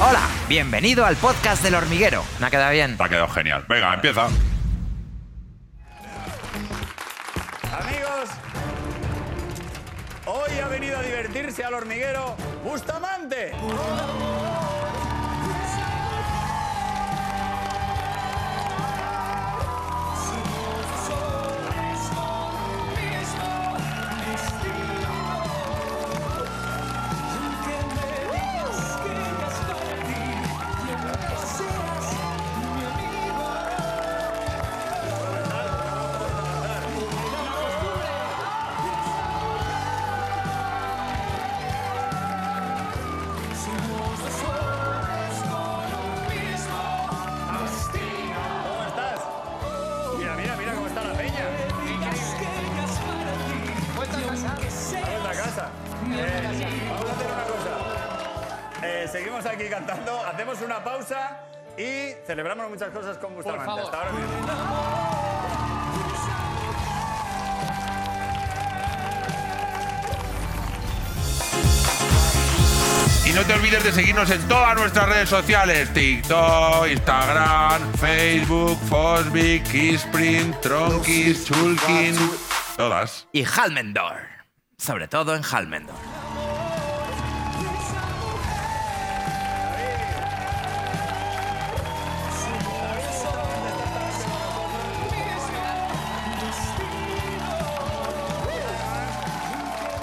Hola, bienvenido al podcast del hormiguero. Me ha quedado bien. Te ha quedado genial. Venga, empieza. Amigos, hoy ha venido a divertirse al hormiguero Bustamante. ¿Cómo estás? Mira, mira, mira cómo está la peña. Vuelta a casa. Eh, vamos a hacer una cosa. Eh, seguimos aquí cantando, hacemos una pausa y celebramos muchas cosas con Bustamante. favor. Hasta ahora mismo. Y no te olvides de seguirnos en todas nuestras redes sociales: TikTok, Instagram, Facebook, Fosbic, Kissprint, Tronkis, Chulkin. Todas. Y Halmendor. Sobre todo en Halmendor.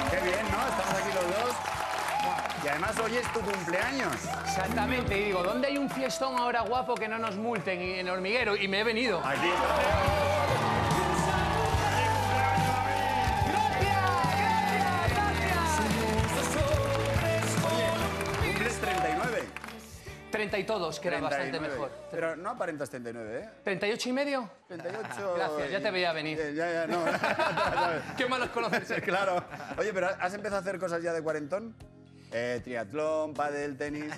Qué bien, ¿no? Estamos aquí los dos. Y además hoy es tu cumpleaños. Exactamente, y digo, ¿dónde hay un fiestón ahora guapo que no nos multen y- en hormiguero? Y me he venido. Aquí. Oye, cumples 39. 30 y todos, que era bastante 39. mejor. Pero no aparentas 39, ¿eh? ¿38 y medio? 38. Gracias, ya te veía venir. Eh, Ya, ya, no. ya Qué malos te conocerse. sabes. claro. Oye, pero ¿has empezado a hacer cosas ya de cuarentón? Eh, triatlón, pádel, tenis.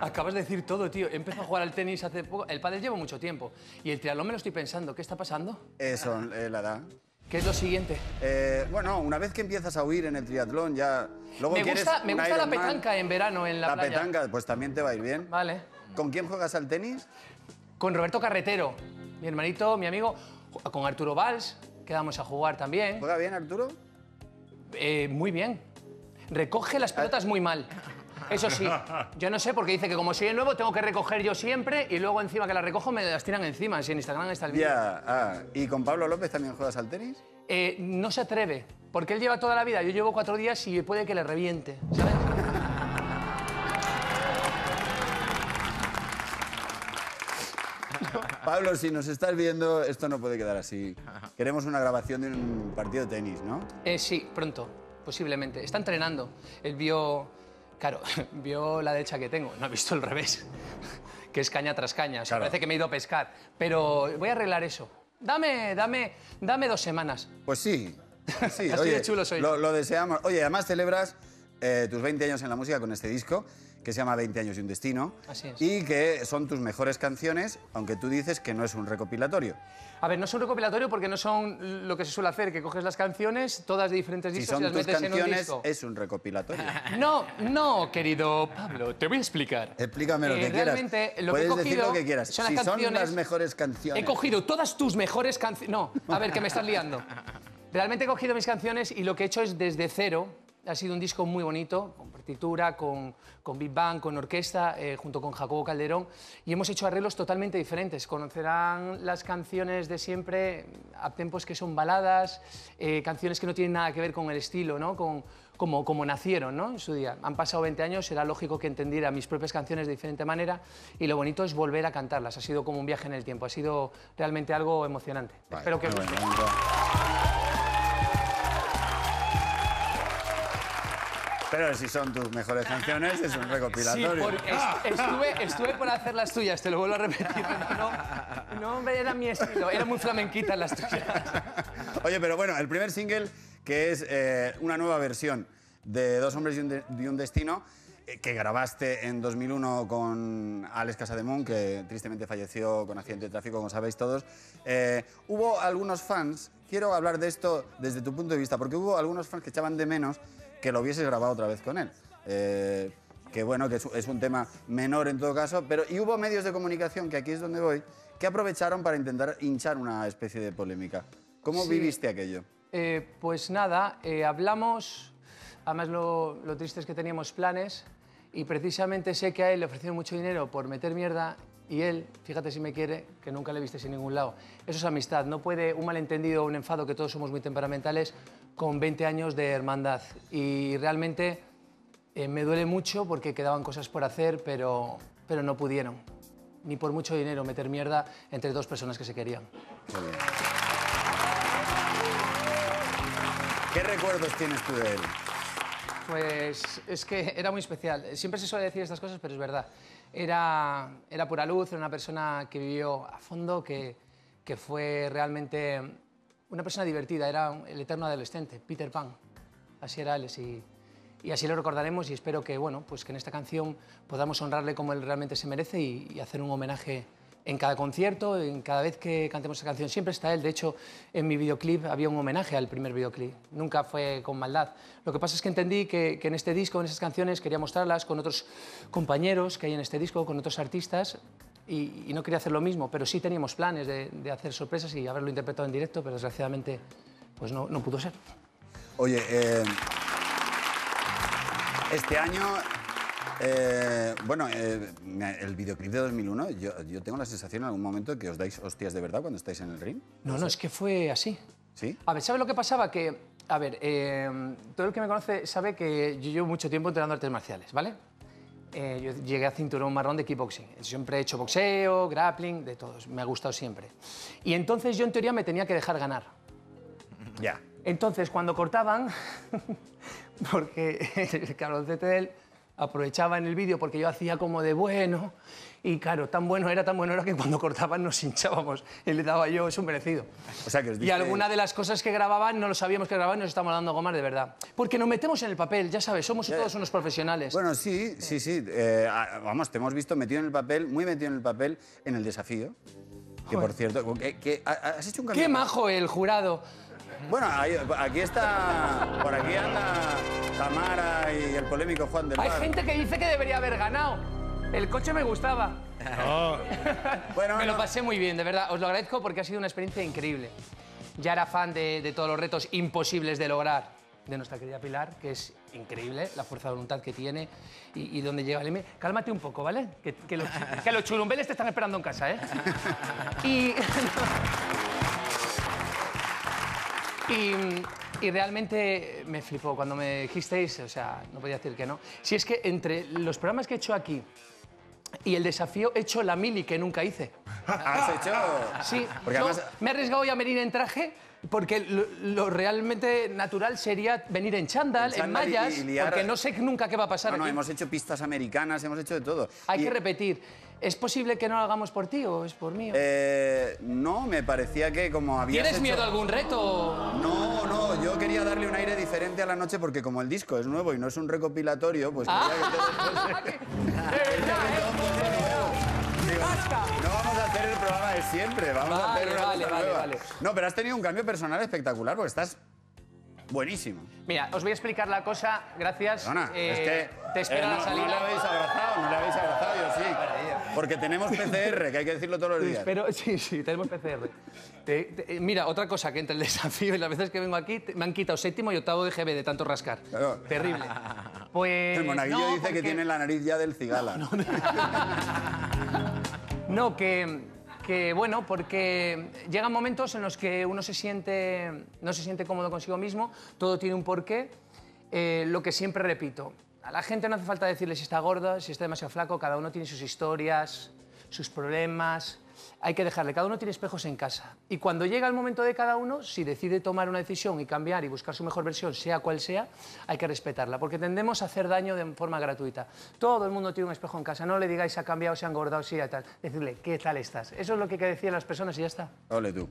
Acabas de decir todo, tío. He empezado a jugar al tenis hace poco. El pádel llevo mucho tiempo. Y el triatlón me lo estoy pensando. ¿Qué está pasando? Eso, eh, la edad. ¿Qué es lo siguiente? Eh, bueno, una vez que empiezas a huir en el triatlón, ya. Luego Me quieres gusta, me un gusta la Ironman. petanca en verano en la, La playa. petanca, pues también te va a ir bien. Vale. ¿Con quién juegas al tenis? Con Roberto Carretero, mi hermanito, mi amigo. Con Arturo Valls, quedamos a jugar también. ¿Juega bien, Arturo? Eh, muy bien. Recoge las pelotas muy mal. Eso sí, yo no sé porque dice que como soy el nuevo tengo que recoger yo siempre y luego encima que las recojo me las tiran encima. Si en Instagram está el Ya, vídeo. ah, ¿Y con Pablo López también juegas al tenis? Eh, no se atreve, porque él lleva toda la vida, yo llevo cuatro días y puede que le reviente, ¿sabes? Pablo, si nos estás viendo, esto no puede quedar así. Queremos una grabación de un partido de tenis, ¿no? Eh, sí, pronto, posiblemente. Está entrenando. Él vio, claro, vio la derecha que tengo, no ha visto el revés, que es caña tras caña. O sea, Claro. parece que me he ido a pescar, pero voy a arreglar eso. Dame, dame, dame dos semanas. Pues sí. sí Así de chulo soy Lo, yo. lo deseamos. Oye, además celebras eh, tus 20 años en la música con este disco, que se llama 20 años y un destino. Así es. Y que son tus mejores canciones, aunque tú dices que no es un recopilatorio. A ver, no son recopilatorio porque no son lo que se suele hacer, que coges las canciones, todas de diferentes Si discos son y las tus metes en un canciones, disco. es un recopilatorio. No, no, querido Pablo, te voy a explicar. Explícame lo Eh, que quieras. Realmente, lo Puedes que he decir cogido lo que quieras. Son las Si son canciones- las mejores canciones. He cogido todas tus mejores canciones. No, a ver, que me estás liando. Realmente he cogido mis canciones y lo que he hecho es desde cero. Ha sido un disco muy bonito, con partitura, con, con Big Bang, con orquesta, eh, junto con Jacobo Calderón. Y hemos hecho arreglos totalmente diferentes. Conocerán las canciones de siempre, a tempos que son baladas, eh, canciones que no tienen nada que ver con el estilo, ¿no? Con, como, como nacieron ¿no? en su día. Han pasado 20 años, era lógico que entendiera mis propias canciones de diferente manera y lo bonito es volver a cantarlas. Ha sido como un viaje en el tiempo, ha sido realmente algo emocionante. Vale, Espero que os muy guste. bueno, Nico. Pero si son tus mejores canciones, es un Sí, recopilatorio. por- es- estuve, estuve por hacer las tuyas, te lo vuelvo a repetir. No, no, hombre, era mi estilo, eran muy flamenquitas las tuyas. Oye, pero bueno, el primer single, que es eh, una nueva versión de Dos hombres y un, de- y un destino, eh, que grabaste en 2001 con Alex Casademón, que tristemente falleció con accidente de tráfico, como sabéis todos. Eh, hubo algunos fans, quiero hablar de esto desde tu punto de vista, porque hubo algunos fans que echaban de menos que lo hubieses grabado otra vez con él. Eh, que bueno, que es, es un tema menor en todo caso, pero y hubo medios de comunicación, que aquí es donde voy, que aprovecharon para intentar hinchar una especie de polémica. ¿Cómo Sí. viviste aquello? Eh, pues nada, eh, hablamos, además lo, lo triste es que teníamos planes y precisamente sé que a él le ofrecieron mucho dinero por meter mierda y él, fíjate si me quiere, que nunca le viste en ningún lado. Eso es amistad, no puede un malentendido o un enfado, que todos somos muy temperamentales, con 20 años de hermandad. Y realmente eh, me duele mucho porque quedaban cosas por hacer, pero, pero no pudieron. Ni por mucho dinero meter mierda entre dos personas que se querían. Qué bien. ¿Qué recuerdos tienes tú de él? Pues es que era muy especial. Siempre se suele decir estas cosas, pero es verdad. Era, era pura luz, era una persona que vivió a fondo, que, que fue realmente una persona divertida, era un- el eterno adolescente, Peter Pan. Así era Alex y, y así lo recordaremos y espero que, bueno, pues que en esta canción podamos honrarle como él realmente se merece y, y hacer un homenaje en cada concierto, en cada vez que cantemos esa canción. Siempre está él. De hecho, en mi videoclip había un homenaje al primer videoclip. Nunca fue con maldad. Lo que pasa es que entendí que, que en este disco, en esas canciones, quería mostrarlas con otros compañeros que hay en este disco, con otros artistas. Y, y no quería hacer lo mismo, pero sí teníamos planes de, de hacer sorpresas y haberlo interpretado en directo, pero desgraciadamente pues no, no pudo ser. Oye, eh, este año, eh, bueno, eh, el videoclip de 2001, yo, yo tengo la sensación en algún momento que os dais hostias de verdad cuando estáis en el ring. No, no, es que fue así. ¿Sí? A ver, ¿sabes lo que pasaba? Que, a ver, eh, todo el que me conoce sabe que yo llevo mucho tiempo entrenando artes marciales, ¿vale? Eh, yo llegué a cinturón marrón de kickboxing. Siempre he hecho boxeo, grappling, de todos. Me ha gustado siempre. Y entonces yo en teoría me tenía que dejar ganar. Ya. Entonces, cuando cortaban, porque el cabroncete de él aprovechaba en el vídeo porque yo hacía como de bueno, y claro, tan bueno era, tan bueno era que cuando cortaban nos hinchábamos y le daba yo, es un merecido. O sea, que os Y diste- alguna de las cosas que grababan no lo sabíamos que grababan, nos estamos dando gomas de verdad. Porque nos metemos en el papel, ya sabes, somos todos unos profesionales. Bueno, sí, sí, sí. eh, a- vamos, te hemos visto metido en el papel, muy metido en el papel, en el desafío. Que por cierto, que, que- ha- has hecho un cambio. Qué majo el jurado. Bueno, ahí- aquí está, por aquí anda Tamara y el polémico Juan del Hay Bar. gente que dice que debería haber ganado. El coche me gustaba. Ah. Bueno, Me lo no. pasé muy bien, de verdad. Os lo agradezco porque ha sido una experiencia increíble. Ya era fan de, de todos los retos imposibles de lograr de nuestra querida Pilar, que es increíble la fuerza de voluntad que tiene y, y dónde llega el límite. Cálmate un poco, ¿vale? Que, que los, que los churumbeles te están esperando en casa, ¿eh? Y... Y, y realmente me flipó cuando me dijisteis, o sea, no podía decir que no. Si es que entre los programas que he hecho aquí y el desafío, he hecho la mili que nunca hice. Has hecho. Sí, Porque yo además. me he arriesgado hoy a venir en traje porque lo, lo realmente natural sería venir en chándal, En en, chándal y- mallas, y liar- porque no sé nunca qué va a pasar. No, no, aquí. hemos hecho pistas americanas, hemos hecho de todo. Hay Y, que repetir. ¿Es posible que no lo hagamos por ti o es por mí? o- eh, no, me parecía que como habías ¿Tienes hecho- miedo a algún reto? No, no, yo quería darle un aire diferente a la noche porque como el disco es nuevo y no es un recopilatorio, pues Ah. quería que todo- ¿eh? digo, no vamos a hacer el programa de siempre, vamos a hacer Vale, una vale, cosa vale, nueva. vale. No, pero has tenido un cambio personal espectacular porque estás buenísimo. Mira, os voy a explicar la cosa, gracias. Perdona, Eh, es que Te espera eh, la no, salida. no le habéis abrazado, no le habéis abrazado, yo sí. Porque tenemos PCR, que hay que decirlo todos los Te días. espero- sí, sí, tenemos PCR. Te- te- eh, mira, otra cosa que entre el desafío y las veces que vengo aquí, te- me han quitado séptimo y octavo de GB de tanto rascar. Claro. Terrible. Pues. El monaguillo no, dice porque- que tiene la nariz ya del cigala. No, que, que, bueno, porque llegan momentos en los que uno se siente, no se siente cómodo consigo mismo, todo tiene un porqué. Eh, lo que siempre repito, a la gente no hace falta decirle si está gorda, si está demasiado flaco, cada uno tiene sus historias, sus problemas. Hay que dejarle, cada uno tiene espejos en casa. Y cuando llega el momento de cada uno, si decide tomar una decisión y cambiar y buscar su mejor versión, sea cual sea, hay que respetarla, porque tendemos a hacer daño de forma gratuita. Todo el mundo tiene un espejo en casa, no le digáis se ha cambiado, se ha engordado, sí, a tal. Decirle, ¿qué tal estás? Eso es lo que hay que decir a las personas y ya está. Ole tú.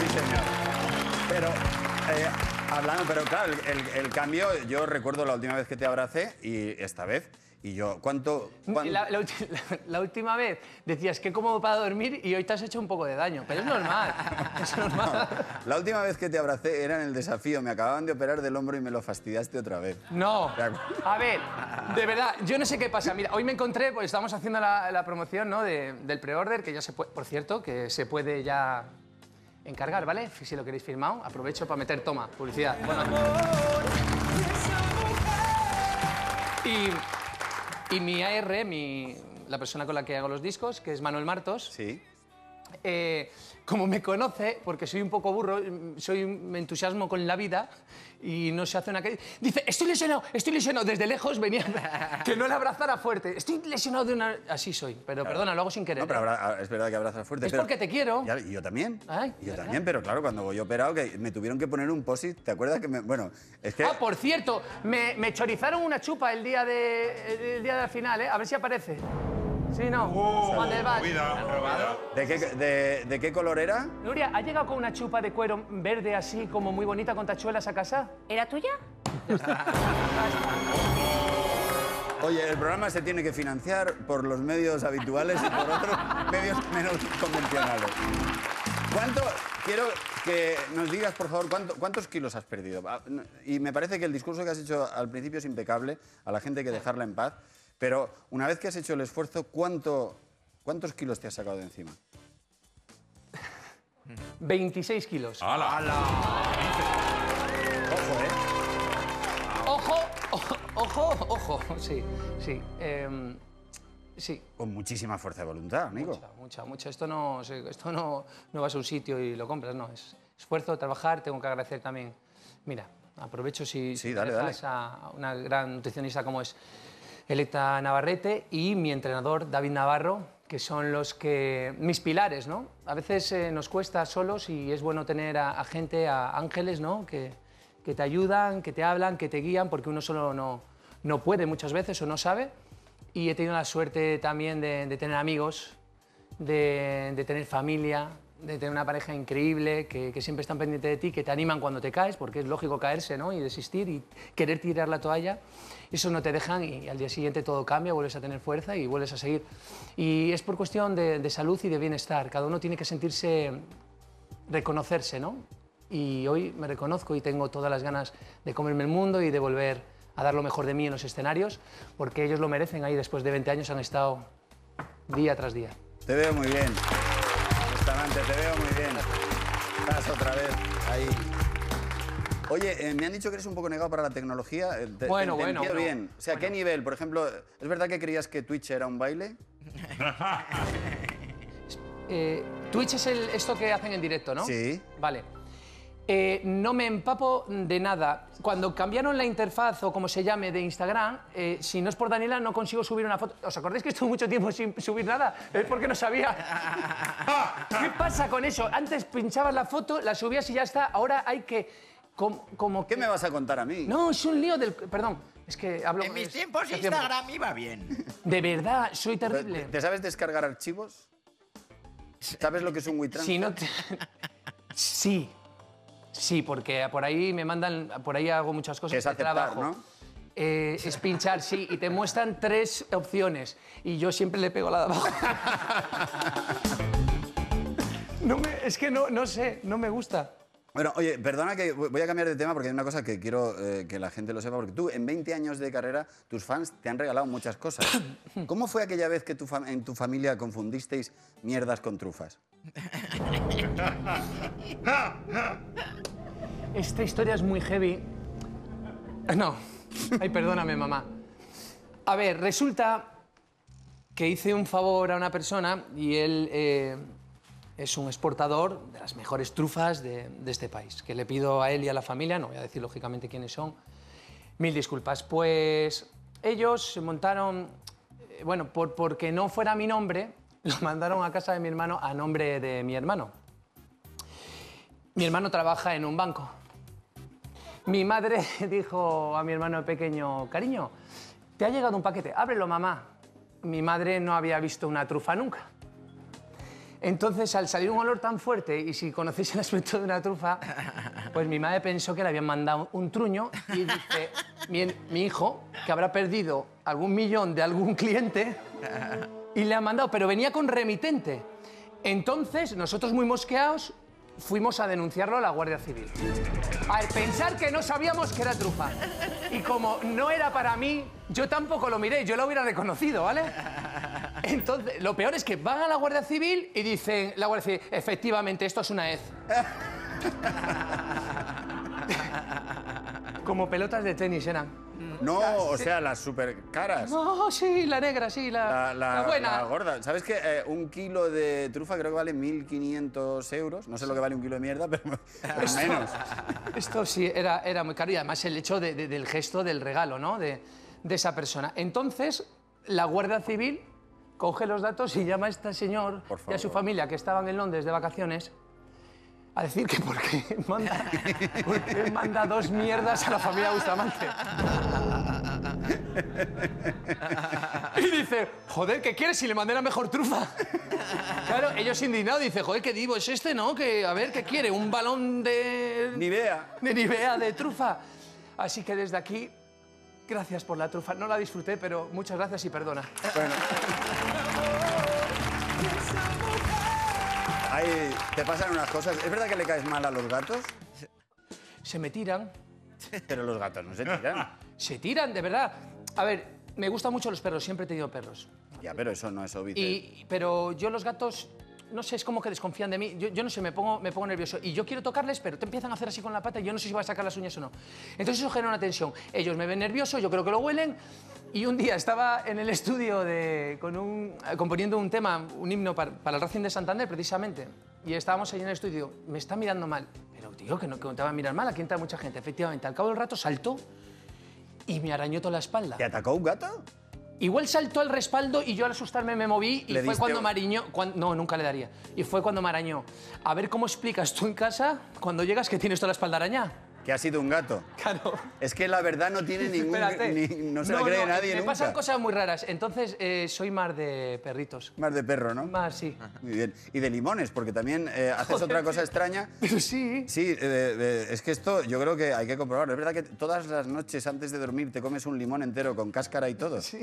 Sí, señor. Pero eh, hablando, pero claro, el, el- el cambio, yo recuerdo la última vez que te abracé y esta vez, y yo, ¿cuánto? cuán- La, la ulti- la- la última vez decías que cómodo para dormir y hoy te has hecho un poco de daño, pero es normal. Es normal. La última vez que te abracé era en el desafío, me acababan de operar del hombro y me lo fastidiaste otra vez. No. De acuerdo. A ver, de verdad, yo no sé qué pasa. Mira, hoy me encontré, pues estamos haciendo la, la promoción ¿no? de- del pre-order, que ya se puede, por cierto, que se puede ya encargar, ¿vale? Si lo queréis firmado, aprovecho para meter toma, publicidad. Bueno. Y, y mi AR, mi, la persona con la que hago los discos, que es Manuel Martos, Sí. eh, como me conoce, porque soy un poco burro, mm, soy, me entusiasmo con la vida y no se hace una que Dice, estoy lesionado, estoy lesionado. Desde lejos venía que no le abrazara fuerte. Estoy lesionado de una... Así soy, pero perdona, lo hago sin querer. No, pero ¿eh? abra- ah, es verdad que abrazas fuerte. Es pero- porque te quiero. Ya, y yo también. Ay, Y yo ¿verdad? también, pero claro, cuando voy operado, que me tuvieron que poner un posit, ¿te acuerdas que me.? Bueno, es que. Ah, por cierto, me, me chorizaron una chupa el día de el día de la final, ¿eh? A ver si aparece. Sí, no. Oh, Juan del Valle. Cuidado, cuidado. ¿de, qué, de- de qué color era? Nuria, ¿ha llegado con una chupa de cuero verde así, como muy bonita, con tachuelas a casa? ¿Era tuya? Oye, el programa se tiene que financiar por los medios habituales y por otros medios menos convencionales. ¿Cuánto? Quiero que nos digas, por favor, cuánto- cuántos kilos has perdido. Ah, no, Y me parece que el discurso que has hecho al principio es impecable, a la gente hay que dejarla en paz, pero una vez que has hecho el esfuerzo, ¿cuánto, ¿cuántos kilos te has sacado de encima? 26 kilos. ¡Hala! Ojo, ¿eh? Ojo, ojo, ojo, ojo. Sí, sí. em, sí, Con muchísima fuerza de voluntad, amigo. mucha, mucha, mucha. Esto no, se- esto no, no vas a un sitio y lo compras, no. Es esfuerzo, trabajar, tengo que agradecer también. Mira, aprovecho si Sí, si dale, dale. dejas a una gran nutricionista como es Electa Navarrete y mi entrenador David Navarro, que son los que mis pilares, ¿no? A veces eh, nos cuesta solos y es bueno tener a, a gente, a ángeles, ¿no? Que, que te ayudan, que te hablan, que te guían, porque uno solo no, no puede muchas veces o no sabe. Y he tenido la suerte también de, de tener amigos, de, de tener familia, de tener una pareja increíble que, que siempre están pendientes de ti, que te animan cuando te caes, porque es lógico caerse ¿no? y desistir y querer tirar la toalla. Eso no te dejan y al día siguiente todo cambia, vuelves a tener fuerza y vuelves a seguir. Y es por cuestión de, de salud y de bienestar. Cada uno tiene que sentirse, reconocerse, ¿no? Y hoy me reconozco y tengo todas las ganas de comerme el mundo y de volver a dar lo mejor de mí en los escenarios, porque ellos lo merecen ahí después de 20 años han estado día tras día. Te veo muy bien. Bustamante, te veo muy bien. Estás otra vez ahí. Oye, eh, me han dicho que eres un poco negado para la tecnología. Eh, te- Bueno, te entiendo bueno, bueno. bien. O sea, ¿qué nivel? Por ejemplo, ¿es verdad que creías que Twitch era un baile? Eh, Twitch es el- esto que hacen en directo, ¿no? Sí. Vale. Eh, no me empapo de nada. Cuando cambiaron la interfaz o como se llame de Instagram, eh, si no es por Daniela no consigo subir una foto. ¿Os acordáis que estuve mucho tiempo sin subir nada? Es porque no sabía. ¿Qué pasa con eso? Antes pinchabas la foto, la subías y ya está. Ahora hay que... com- Como, ¿Qué me vas a contar a mí? No, es un lío del... Perdón, es que hablo... En mis Pues, es- tiempos hace tiempo. Instagram iba bien. De verdad, soy ¿Te, terrible. te sabes descargar archivos? ¿Sabes lo que es un WeTransfer? Si no te- Sí. Sí, porque por ahí me mandan, por ahí hago muchas cosas Que es de aceptar, trabajo. ¿no? Eh, es pinchar, sí, y te muestran tres opciones. Y yo siempre le pego la de abajo. No me- es que no, no sé, no me gusta. Bueno, oye, perdona que voy a cambiar de tema porque hay una cosa que quiero eh, que la gente lo sepa, porque tú en 20 años de carrera, tus fans te han regalado muchas cosas. ¿Cómo fue aquella vez que tu fam- en tu familia confundisteis mierdas con trufas? Esta historia es muy heavy. No. Ay, perdóname, mamá. A ver, resulta que hice un favor a una persona y él eh, es un exportador de las mejores trufas de, de este país. Que le pido a él y a la familia, no voy a decir lógicamente quiénes son, mil disculpas. Pues ellos se montaron, eh, bueno, por, porque no fuera mi nombre, lo mandaron a casa de mi hermano a nombre de mi hermano. Mi hermano trabaja en un banco. Mi madre dijo a mi hermano pequeño, cariño, te ha llegado un paquete, ábrelo mamá. Mi madre no había visto una trufa nunca. Entonces, al salir un olor tan fuerte, y si conocéis el aspecto de una trufa, pues mi madre pensó que le habían mandado un truño y dice, mi, mi hijo, que habrá perdido algún millón de algún cliente, y le han mandado, pero venía con remitente. Entonces, nosotros muy mosqueados, fuimos a denunciarlo a la Guardia Civil. Al pensar que no sabíamos que era trufa. Y como no era para mí, yo tampoco lo miré, yo lo hubiera reconocido, ¿vale? Entonces, lo peor es que van a la Guardia Civil y dicen, la Guardia Civil, efectivamente, esto es una hez. Como pelotas de tenis eran. No, o sea, las super caras. No, sí, la negra, sí, la, La, la- la buena. la gorda. ¿Sabes que un kilo de trufa creo que vale 1.500 euros? No sé lo que vale un kilo de mierda, pero pero menos. Esto sí era, era muy caro y además el hecho de- de- del gesto del regalo, ¿no? De, de esa persona. Entonces, la Guardia Civil coge los datos y llama a este señor Por y a su favor. familia que estaban en Londres de vacaciones a decir que por qué manda, por qué manda dos mierdas a la familia Bustamante. Y dice, joder, ¿qué quieres si le mandé la mejor trufa? Claro, ellos indignados dicen, joder, ¿qué divo es este, no? Que, a ver, ¿qué quiere? ¿Un balón de...? Ni idea. de Nivea de trufa. Así que desde aquí, gracias por la trufa. No la disfruté, pero muchas gracias y perdona. Bueno. Ahí te pasan unas cosas. ¿Es verdad que le caes mal a los gatos? Se me tiran, Pero los gatos no se tiran. se tiran, de verdad. A ver, me gustan mucho los perros, siempre he tenido perros. Ya, pero eso no es obvio. Y, pero yo los gatos, no sé, es como que desconfían de mí. Yo, yo no sé, me pongo, me pongo nervioso. Y yo quiero tocarles, pero te empiezan a hacer así con la pata y yo no sé si voy a sacar las uñas o no. Entonces eso genera una tensión. Ellos me ven nervioso, yo creo que lo huelen. Y un día estaba en el estudio de, con un, eh, componiendo un tema, un himno para, para el Racing de Santander, precisamente. Y estábamos ahí en el estudio. Me está mirando mal. Pero digo que no que no te va a mirar mal, aquí entra mucha gente. Efectivamente, al cabo del rato saltó y me arañó toda la espalda. ¿Te atacó un gato? Igual saltó al respaldo y yo al asustarme me moví y Le fue diste cuando un- me arañó. cuan- no, nunca le daría. Y fue cuando me arañó. A ver cómo explicas tú en casa cuando llegas que tienes toda la espalda arañada. Que ha sido un gato. Claro. Es que la verdad no tiene ningún. Espérate. ni- no se la cree nadie Me nunca. pasan cosas muy raras. Entonces, eh, soy más de perritos. Más de perro, ¿no? Más, sí. Muy bien. Y de limones, porque también eh, haces Joder, otra cosa tío. extraña. Pero sí. Sí, eh, de- de- es que esto yo creo que hay que comprobarlo. Es verdad que todas las noches antes de dormir te comes un limón entero con cáscara y todo. Sí,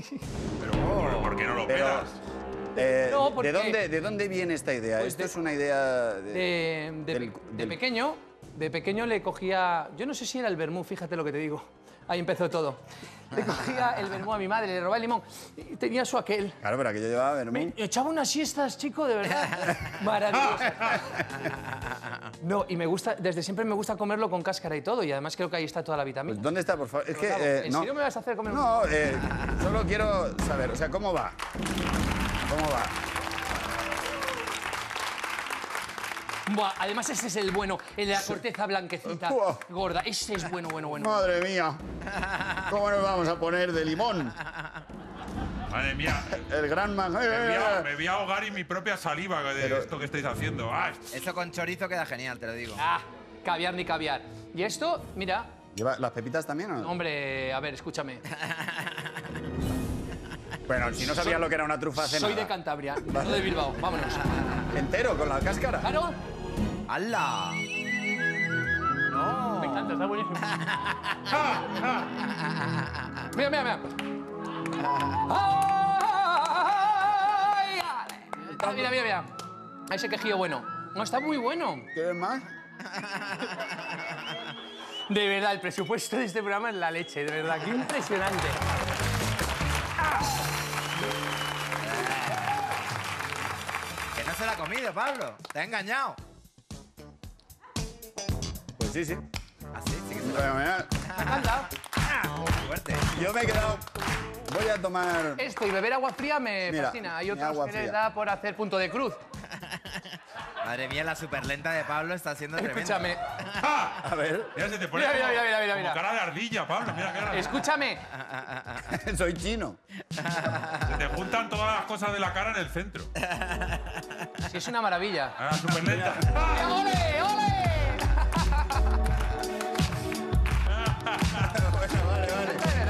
Pero, ¿por- ¿por qué no lo pero. pelas? eh, No, ¿de, porque- dónde, ¿De dónde viene esta idea? Pues Esto de- es una idea. De, De, de- del- de del- pequeño, de pequeño le cogía, yo no sé si era el vermú, fíjate lo que te digo. Ahí empezó todo. Le cogía el vermú a mi madre, le robaba el limón. Y tenía su aquel. Claro, pero aquello llevaba vermú. Me echaba unas siestas, chico, de verdad. Maravilloso. No, y me gusta, desde siempre me gusta comerlo con cáscara y todo, y además creo que ahí está toda la Pues, vitamina. ¿Dónde está, por favor? Es que. Gabo, eh, ¿en no. serio me vas a hacer comer un- No, eh, solo quiero saber, o sea, ¿cómo va? ¿Cómo va? Buah, además, ese es el bueno, el de la corteza blanquecita, Buah. gorda. Ese es bueno, bueno, bueno. Madre mía. ¿Cómo nos vamos a poner de limón? Madre mía. El gran man. eh, Me voy, a, me voy a ahogar en mi propia saliva de Pero- esto que estáis haciendo. Ah, Eh, Esto con chorizo queda genial, te lo digo. Ah, caviar ni caviar. Y esto, mira, ¿Lleva las pepitas también o no? hombre, a ver, escúchame. Bueno, si no sabía Soy- lo que era una trufa hace Soy nada. de Cantabria, no de Bilbao, vámonos. Entero, con la cáscara. Claro, ¡Hala! me encanta, está buenísimo. Mira, mira, mira. ¡Ay! Ah, mira, mira, mira. Ahí se quejío bueno. No, está muy bueno. ¿Quieres más? De verdad, el presupuesto de este programa es la leche, de verdad. Qué impresionante. Que no se la ha comido, Pablo. Te ha engañado. Pues sí, sí. Así, sí que se la Fenomenal. Me encanta. Ah, fuerte. Yo me he quedado. Voy a tomar. Esto y beber agua fría me Mira, fascina. Hay mi otros agua que les fría. da por hacer punto de cruz. Madre mía, la superlenta de Pablo está siendo tremenda. Escúchame, ¡Ah! A ver, Mira, se te pone Mira, mira, como- mira, mira, mira, como mira. Ah, cara de ardilla, Pablo. Mira, cara de- escúchame. soy chino. ah. Se te juntan todas las cosas de la cara en el centro. Si es una maravilla. Ah, súper lenta. ¡Ole, ole!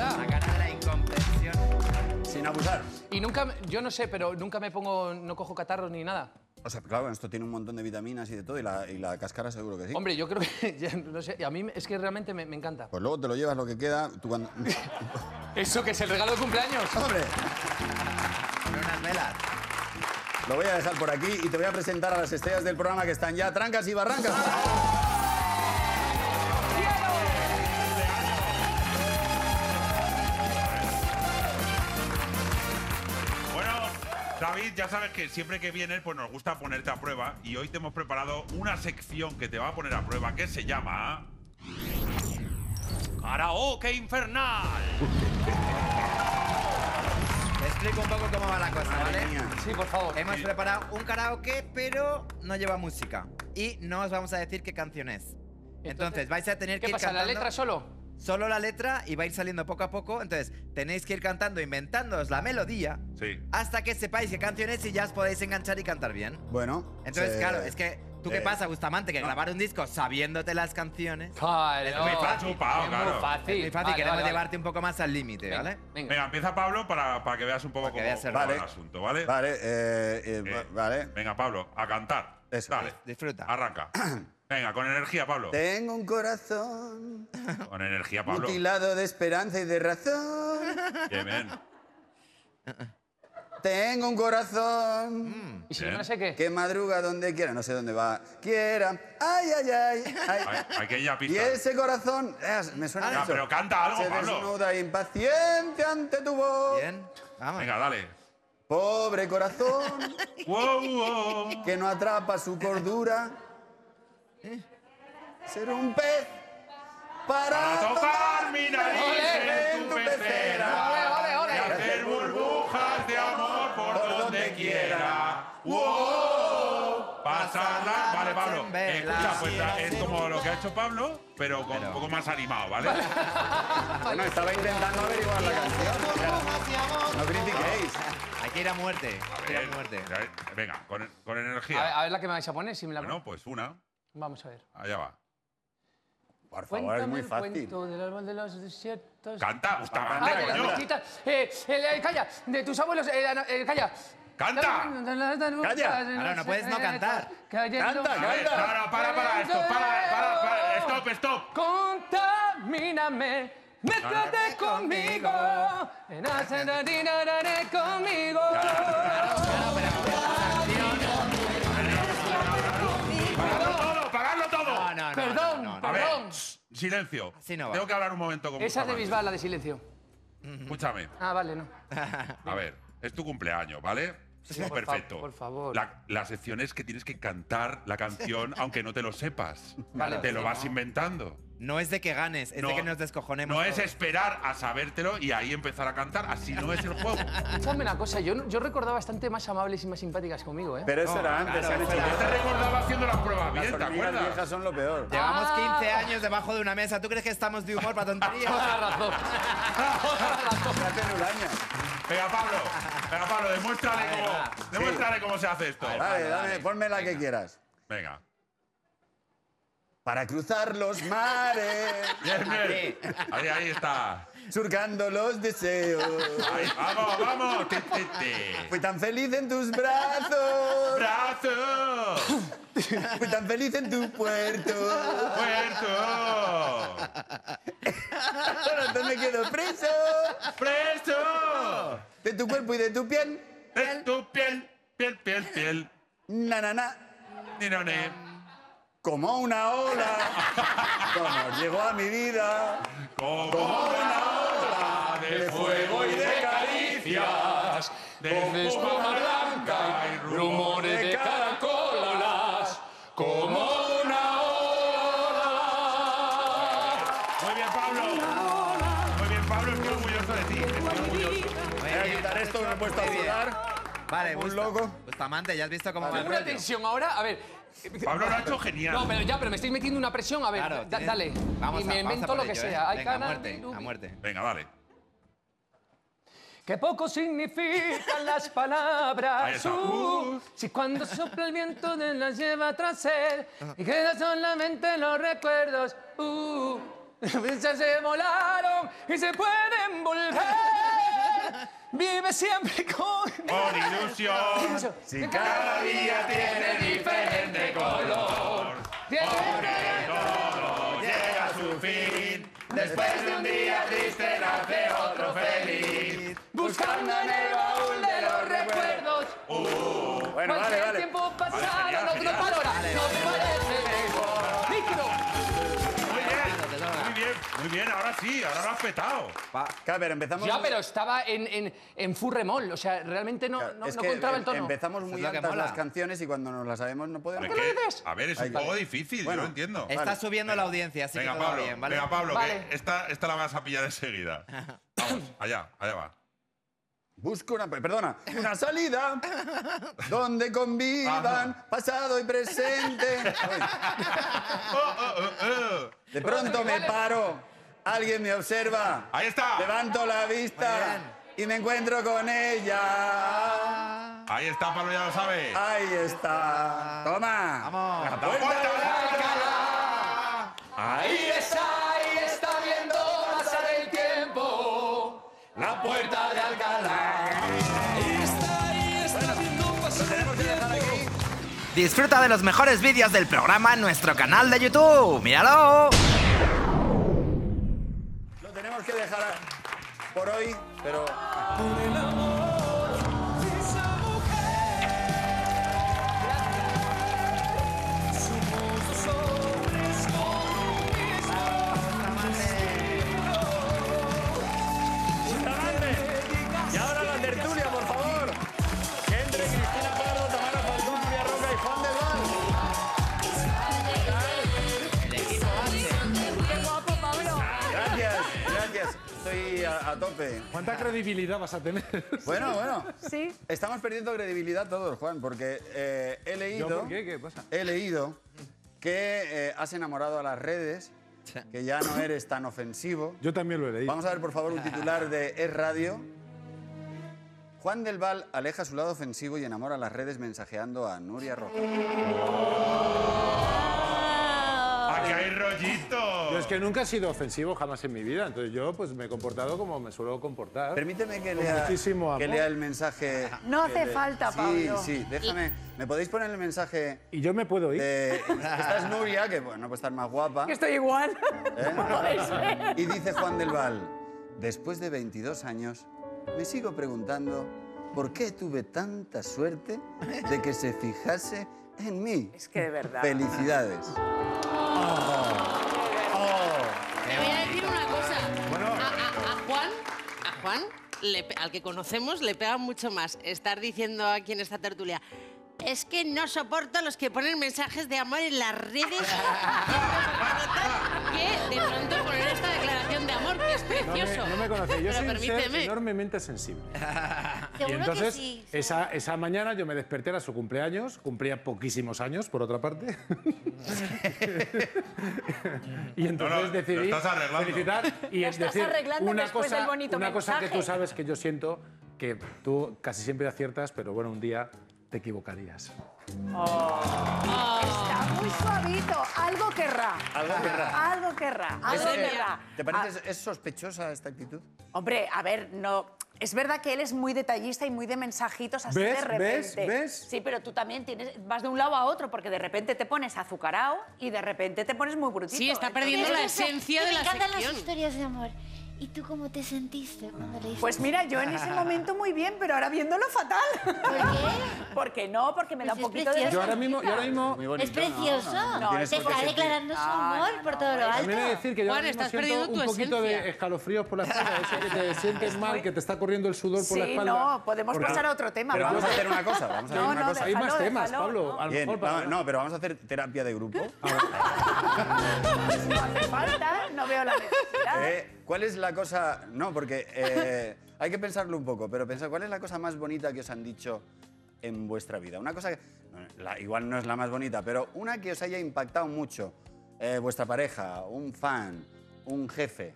La cara de la incomprensión. Sin abusar. Y nunca, yo no sé, pero nunca me pongo, no cojo catarros ni nada. O sea, claro, esto tiene un montón de vitaminas y de todo, y la, y la cáscara seguro que sí. Hombre, yo creo que, ya no sé, a mí es que realmente me, me encanta. Pues luego te lo llevas lo que queda. Tú cuando... ¿Eso que es el regalo de cumpleaños? ¡Hombre! unas velas. Lo voy a dejar por aquí y te voy a presentar a las estrellas del programa que están ya trancas y barrancas. Bueno, David, ya sabes que siempre que vienes, pues nos gusta ponerte a prueba. Y hoy te hemos preparado una sección que te va a poner a prueba que se llama. ¡Karaoke infernal! Te explico un poco cómo va la cosa, Madre ¿vale? mía. Sí, por favor. Hemos preparado un karaoke, pero no lleva música. Y no os vamos a decir qué canción es. Entonces, vais a tener que ¿Qué ir pasa? ¿La cantando letra solo? solo la letra y va a ir saliendo poco a poco. Entonces, tenéis que ir cantando, inventándoos la melodía Sí. hasta que sepáis qué canción es y ya os podéis enganchar y cantar bien. Bueno. eh, Entonces, se- claro, es que... ¿Tú qué eh, pasa, Bustamante? Que grabar un disco sabiéndote las canciones... Claro. Es muy fácil, chupao, es claro. muy fácil. es muy fácil, Vale, queremos vale, vale. llevarte un poco más al límite, ¿vale? Venga. Venga, empieza Pablo para, para que veas un poco Para que cómo, veas el cómo va rollo. el asunto, ¿vale? Vale, eh, eh, va- Eh, vale. Venga, Pablo, a cantar. Eso, eh, Dale. disfruta. Arranca. Venga, con energía, Pablo. Tengo un corazón Con energía, Pablo. mutilado de esperanza y de razón. Bien, bien. Tengo un corazón ¿Y si yo Bien. no sé qué? que madruga donde quiera, no sé dónde va, quiera. Ay, ay, ay. ay. Ay, Aquí ya Y pista. ese corazón, eh, me suena Ya, mucho. pero canta algo, Se Pablo. desnuda impaciente ante tu voz. Bien, vamos. Venga, dale. Pobre corazón Wow, wow. que no atrapa su cordura. Ser un pez para Para tocar mi nariz Ole, en tu pecera. Ole, ole, Y ole. hacer burbujas de amor por donde quiera. ¡Wow! Pasarla. Vale, Pablo. en vela. Escucha, pues es como lo que ha hecho Pablo, pero con un poco más animado, ¿vale? Bueno, estaba intentando averiguar la canción. No critiquéis. Hay que ir a muerte. Hay que ir a muerte. Venga, con, con A ver, energía. a ver la que me vais a poner, si me la Bueno, pues una. Vamos a ver. Allá va. Por favor, es muy Cuéntame el fácil. cuento del árbol de los desiertos. Canta, Bustamante, Ah, de las coño. mezquitas. Eh, eh, eh, calla, de tus abuelos. eh, ana- eh, calla. Canta. Calla. Ahora, no puedes no cantar. Cayendo- Canta, A ver, no, canta. no, para, para, esto, para, para, para. Stop, stop. Contamíname, métete conmigo. En haré conmigo. Pagarlo todo, pagarlo todo. No, no, no. no, Perdón, no, A no. ver, perdón. shh, silencio. Así no va. Tengo que hablar un momento con Esa es de Bustamante. Bisbal, la de silencio. Escúchame, Ah, vale, no. a ver, es tu cumpleaños, ¿vale? Sí, por Perfecto. fa- por favor. La, la sección es que tienes que cantar la canción aunque no te lo sepas. Vale, te lo sí, vas no. inventando. pues No es de que ganes, es de que nos descojonemos. No es todos. esperar a sabértelo y ahí empezar a cantar. Así no es el juego. Escúchame una cosa, yo, yo recordaba bastante más amables y más simpáticas conmigo, ¿eh? Pero eso era antes. se han hecho Yo te Este recordaba haciendo las pruebas bien, ¿te Las hormigas viejas acuerdas? son lo peor. Llevamos Ah. 15 años debajo de una mesa. ¿Tú crees que estamos de humor para Toda tonterías? la razón. Toda la razón. Ya tiene un año. Venga, Pablo, venga, Pablo, demuéstrale cómo, demuéstrale cómo se hace esto. Vale, dame, ponme la que quieras. Venga. Para cruzar los mares, Bien, bien. Ahí, ahí está. surcando los deseos. Ahí, vamos, vamos. Ti, ti, ti. Fui tan feliz en tus brazos, Brazos, fui tan feliz en tu puerto. puerto, Ahora no me quedo preso preso de tu cuerpo y de tu piel. de tu piel, piel, piel, piel. Na, na, na. Ni no, ni. Como una ola, como llegó a mi vida. Como una ola de fuego y de caricias, de espuma blanca y rumores de caracolas, como una ola. Muy bien, Pablo. Muy bien, Pablo, estoy orgulloso de ti. Estoy orgulloso. Voy Voy a quitar esto, me he puesto a sudar. Vale, como un Busta- loco. Bustamante, ya has visto cómo va Tengo el una rollo. tensión ahora, a ver. Pablo lo ha hecho genial. No, pero ya, pero me estáis metiendo una presión, a ver, Claro, da- tienes- dale. Vamos y a- me vamos a invento por lo que ello, ¿eh? sea. Hay Venga, a cana, muerte, rubi. a muerte. Venga, dale. Que poco significan las palabras. Ahí está. uh, Uh. si cuando sopla el viento de las lleva tras él y quedan solamente los recuerdos. Uh, ya se volaron y se pueden volver. Vive siempre con... Con ilusión. Si cada día tiene diferente color. Todo llega a su fin. Después de un día triste nace otro feliz. Buscando en el baúl de los recuerdos Bueno, vale, Cualquier vale. tiempo pasado genial, no genial. no valora No parece mejor Micro Muy bien, muy bien, muy bien. Ahora sí, ahora lo has petado. Claro, pero empezamos. Ya, pero estaba en, en, en full remol O sea, realmente no, Claro, no, es no que encontraba el em- tono Empezamos Es muy lo que altas mola. las canciones y cuando nos las sabemos no podemos. Es qué que- lo dices? A ver, es Ahí. un poco difícil, yo Bueno. lo entiendo. Está Vale. subiendo la audiencia, así Venga, que todo Pablo, bien, ¿vale? venga, Pablo, Vale. que esta, esta la vas a pillar enseguida. Vamos, allá, allá va. Busco una, perdona, una salida donde convivan pasado y presente. Ay, Oh, oh, oh, oh. De pronto me paro, alguien me observa, Ahí está, levanto la vista y me encuentro con ella. ahí está, Pablo ya lo sabe. Ahí está. Toma. Vamos. La puerta. Ahí está, ahí está viendo pasar el tiempo La puerta de Alcalá Disfruta de los mejores vídeos del programa en nuestro canal de YouTube. ¡Míralo! Lo tenemos que dejar a- por hoy, pero Y ahora la tertulia, por favor. Que entre Cristina Pardo, Tamara Falcón, Nuria Roca y Juan del Val. Qué guapo, Pablo. Gracias, gracias. Estoy a, a tope. ¿Cuánta credibilidad vas a tener? Bueno, bueno. Sí. Estamos perdiendo credibilidad todos, Juan, porque eh, he leído. ¿Yo por qué? ¿Qué pues, pasa? He leído que eh, has enamorado a las redes, que ya no eres tan ofensivo. Yo también lo he leído. Vamos a ver, por favor, un titular de Es Radio. Juan del Val aleja su lado ofensivo y enamora a las redes mensajeando a Nuria Roca. Ah, Aquí hay rollito. Yo es que nunca he sido ofensivo jamás en mi vida, entonces yo pues me he comportado como me suelo comportar. Permíteme que Con lea, muchísimo que amor. lea el mensaje. No hace de- falta, sí, Pablo. Sí, déjame. ¿Me podéis poner el mensaje Y yo me puedo ir. de. Esta es Nuria, que bueno, puede estar más guapa. Que estoy igual. ¿eh? No puede ser. Y dice Juan del Val: Después de 22 años, me sigo preguntando por qué tuve tanta suerte de que se fijase en mí. Es que de verdad. Ah. Felicidades. Te voy a decir una cosa. A, a- a Juan, a Juan le pe- al que conocemos, le pega mucho más estar diciendo aquí en esta tertulia. Es que no soporto los que ponen mensajes de amor en las redes. que de pronto poner esta declaración de amor, que es No me, precioso. no me conoce, yo Pero soy un ser permíteme. enormemente sensible. Y Seguro entonces, que sí. esa, esa mañana yo me desperté a su cumpleaños, cumplía poquísimos años, por otra parte. y entonces No, no, decidí lo estás arreglando. felicitar y Lo es estás decir, arreglando una, después cosa, del bonito una cosa que mensaje. tú sabes que yo siento que tú casi siempre aciertas, pero bueno, un día te equivocarías. Oh, Está muy suavito. Algo querrá. Algo querrá. Algo querrá. Algo querrá. eh, ¿Te parece es sospechosa esta actitud? Ah, hombre, a ver, no. Es verdad que él es muy detallista y muy de mensajitos así ¿Ves? de ¿Ves? repente. ¿Ves? Sí, pero tú también tienes, vas de un lado a otro porque de repente te pones azucarado y de repente te pones muy brutito. Sí, está Entonces, perdiendo la Eso, esencia y de la Me encantan las sección. historias de amor. ¿Y tú cómo te sentiste cuando le Pues mira, yo en ese momento muy bien, pero ahora viéndolo fatal. ¿Por qué? ¿Por qué no? Porque me da un Pues es poquito de... precioso. Yo ahora mismo, yo ahora mismo Muy bonito, es precioso. ¿no? No, tienes te por qué está sentir- declarando su amor por todo lo alto. También he de decir que yo Juan, ahora mismo estás siento perdiendo un tu poquito de esencia. escalofríos por la espalda, ese que te sientes mal, que te está corriendo el sudor por la Sí, espalda. no, podemos Porque- pasar a otro tema. Pero vamos a vamos. hacer una cosa, vamos a hacer No, una no, cosa. Hay más Déjalo, temas, déjalo, Pablo. ¿no? A lo Bien, mejor va- para- no, pero vamos a hacer terapia de grupo. No hace falta, no veo la necesidad. Eh, ¿Cuál es la cosa? No, porque eh, hay que pensarlo un poco, pero pensar cuál es la cosa más bonita que os han dicho en vuestra vida. Una cosa que no, la- igual no es la más bonita, pero una que os haya impactado mucho. Eh, vuestra pareja, un fan, un jefe.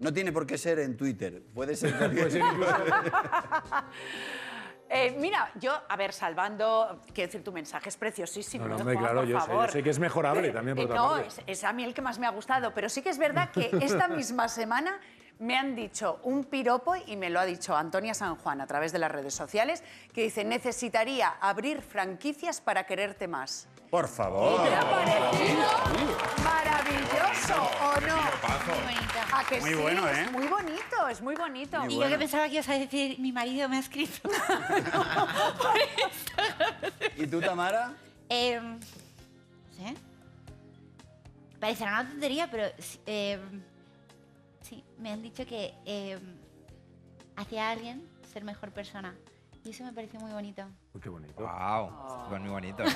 No tiene por qué ser en Twitter, puede ser. cualquier- Eh, mira, yo, a ver, salvando, quiero decir, tu mensaje es preciosísimo. No, no, ¿eh, hombre, Juan? claro, por yo sé, yo favor. sé que es mejorable también, por Eh, otra No, parte. es, es a mí el que más me ha gustado, pero sí que es verdad que esta misma semana me han dicho un piropo y me lo ha dicho Antonia San Juan a través de las redes sociales, que dice, necesitaría abrir franquicias para quererte más. Por favor. ¿Te ha parecido maravilloso o no? Muy bonita. ¿A Ah, que Muy sí? bueno, ¿eh? Es muy bonito, es muy bonito. Y yo que pensaba que ibas a decir, mi marido me ha escrito. ¿Y tú, Tamara? Eh, ¿sí? Parecerá una tontería, pero sí, eh, sí, me han dicho que eh, hacía a alguien ser mejor persona. Y eso me pareció muy bonito. Uy, qué bonito. Wow, es Pues muy bonito. ¿eh?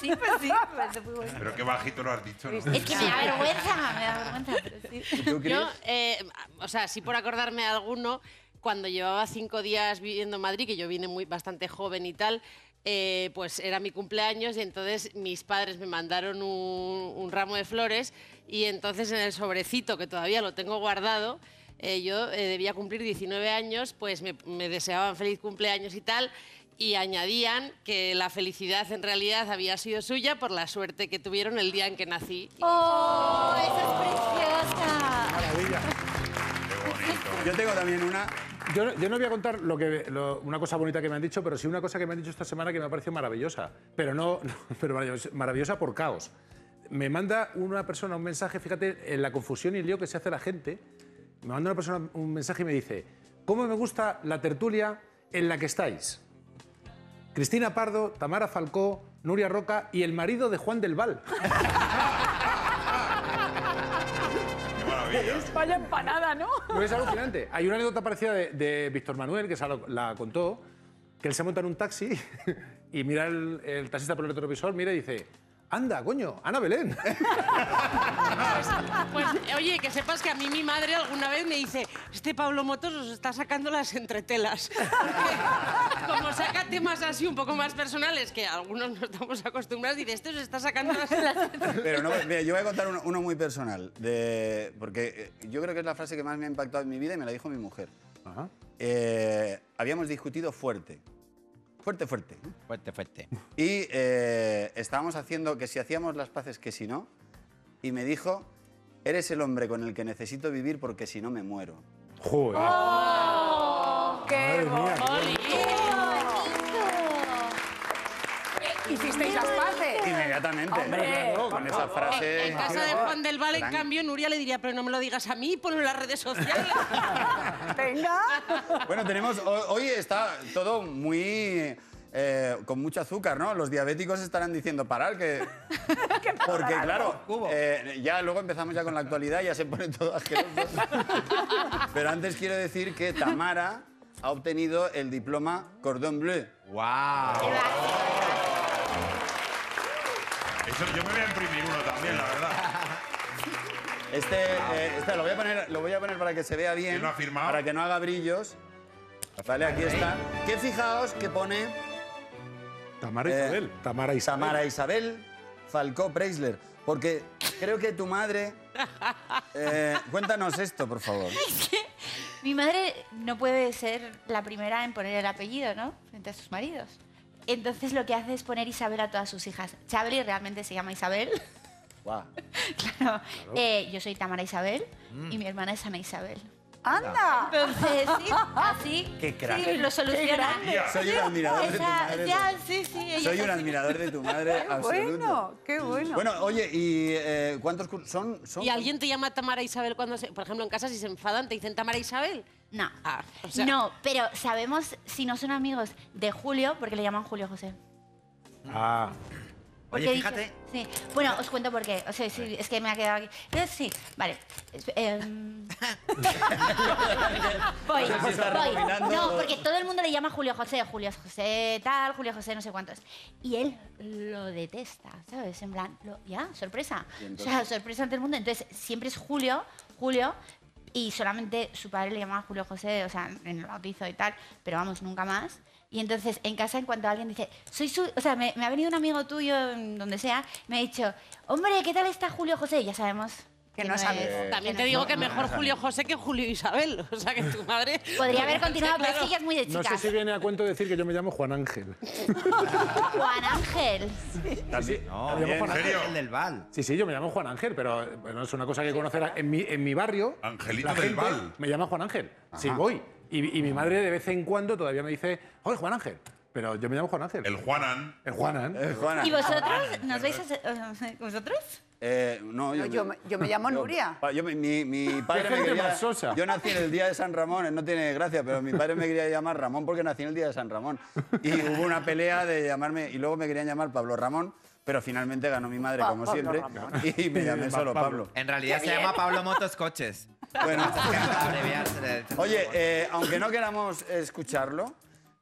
Sí, pues sí, me pareció muy bonito. Pero qué bajito lo has dicho. ¿no? Es que me da vergüenza, me da vergüenza, pero sí. ¿Tú, Cris? Yo, eh, o sea, sí por acordarme alguno, cuando llevaba cinco días viviendo en Madrid, que yo vine muy bastante joven y tal, eh, pues era mi cumpleaños y entonces mis padres me mandaron un, un ramo de flores y entonces en el sobrecito, que todavía lo tengo guardado, eh, yo eh, debía cumplir 19 años, pues me, me deseaban feliz cumpleaños y tal. Y añadían que la felicidad en realidad había sido suya por la suerte que tuvieron el día en que nací. ¡Oh, esa es preciosa! Yo tengo también una. Yo, yo no voy a contar lo que, lo- una cosa bonita que me han dicho, pero sí una cosa que me han dicho esta semana que me ha parecido maravillosa. Pero no, no, pero maravillosa- maravillosa por caos. Me manda una persona un mensaje, fíjate en la confusión y el lío que se hace la gente. Me manda una persona un mensaje y me dice: ¿Cómo me gusta la tertulia en la que estáis? Cristina Pardo, Tamara Falcó, Nuria Roca y el marido de Juan del Val. Vaya empanada, ¿no? No es alucinante. Hay una anécdota parecida de, de Víctor Manuel, que esa lo- la contó, que él se monta en un taxi y mira el, el taxista por el retrovisor, mira y dice, anda, coño, Ana Belén. Pues, oye, que sepas que a mí mi madre alguna vez me dice, este Pablo Motos os está sacando las entretelas. Porque Como saca temas así un poco más personales, que algunos no estamos acostumbrados, dice, este os está sacando las entretelas. Pero no, mira, yo voy a contar uno, uno muy personal. De, porque eh, yo creo que es la frase que más me ha impactado en mi vida y me la dijo mi mujer. Ajá. Eh, habíamos discutido fuerte. Fuerte, fuerte. ¿eh? Fuerte, fuerte. Y eh, estábamos haciendo que si hacíamos las paces, que si no. Y me dijo, eres el hombre con el que necesito vivir porque si no me muero. Joder. ¡Qué Madre mía, qué Oh, bonito! ¿Hicisteis las paces? Inmediatamente. Hombre, Claro, con esa frase... En casa de Juan del Val, en Frank. cambio, Nuria le diría, pero no me lo digas a mí, ponlo en las redes sociales. Venga. Bueno, tenemos. ho- Hoy está todo muy. eh, con mucho azúcar, ¿no? Los diabéticos estarán diciendo parar, que. Porque, claro, eh, ya luego empezamos ya con la actualidad, ya se pone todo asqueroso. Pero antes quiero decir que Tamara ha obtenido el diploma Cordon Bleu. Wow. Eso, yo me voy a imprimir uno también, la verdad. Este, eh, este lo, voy a poner, lo voy a poner para que se vea bien. ¿Quién lo ha firmado? Para que no haga brillos. Vale, aquí está. Que fijaos que pone Tamara Eh, Isabel. Tamara Isabel. Tamara Isabel Falcó Preisler, porque creo que tu madre... eh, cuéntanos esto, por favor. Mi madre no puede ser la primera en poner el apellido, ¿no? Frente a sus maridos. Entonces lo que hace es poner Isabel a todas sus hijas. Chabeli realmente se llama Isabel. Guau. claro. Eh, yo soy Tamara Isabel y mi hermana es Ana Isabel. ¡Anda! Entonces, sí, así. Qué crack. Sí, lo soluciona. Soy un admirador de tu Esa- madre. ya, sí, sí. ella Soy es un así. admirador de tu madre absoluto. Bueno, qué bueno. Bueno, oye, ¿y eh, cuántos cursos son? son? Y alguien te llama Tamara Isabel cuando, se- por ejemplo, en casa, si se enfadan, te dicen Tamara Isabel. No. Ah, o sea- No, pero sabemos si no son amigos de Julio, porque le llaman Julio José. Ah, Porque Oye, dices- fíjate. sí. Bueno, os cuento por qué. O sea, sí, es que me ha quedado aquí. Eh, Sí, vale. Es- em, voy, No sé si está voy. recopilando. No, porque todo el mundo le llama Julio José, Julio José tal, Julio José no sé cuántos. Y él lo detesta, ¿sabes? En plan, lo- ya, sorpresa. Y O entonces- sea, sorpresa ante el mundo. Entonces, siempre es Julio, Julio, y solamente su padre le llamaba Julio José, o sea, en el bautizo y tal, pero vamos, nunca más. Y entonces, en casa, en cuanto alguien dice, soy su... O sea, me, me ha venido un amigo tuyo, en donde sea, me ha dicho, hombre, ¿qué tal está Julio José? Y ya sabemos Que no es amigo. También te digo que mejor Julio José que Julio Isabel. O sea, que tu madre... Podría haber continuado, pero es Claro. que ella es muy de No Eh, chicas. sé si viene a cuento decir que yo me llamo Juan Ángel. Juan Ángel. No, También, Juan ¿en Ángel, serio? el del Val. Sí, sí, yo me llamo Juan Ángel, pero eh, bueno, es una cosa que conocer. En mi, en mi barrio. Angelito la del gente Val. Me llama Juan Ángel. Sí, voy. Y, y mi madre de vez en cuando todavía me dice, oye, Juan Ángel. Pero yo me llamo Juan Ángel. El Juanan. El Juan, ¿eh? Eh, Juana. ¿Y vosotros? ¿Nos veis? a- ¿Vosotros? Eh, no, No, yo me- yo me llamo Nuria. pa- yo me- mi, mi padre me gente quería- más sosa. Yo nací en el día de San Ramón, eh, no tiene gracia, pero mi padre me quería llamar Ramón porque nací en el día de San Ramón. Y hubo una pelea de llamarme, y luego me querían llamar Pablo Ramón, pero finalmente ganó mi madre, Pa- como Pablo siempre, Ramón. y me llamé solo Pablo. En realidad se llama Pablo Motos Coches. Bueno, Abreviarse. oye, eh, aunque no queramos escucharlo,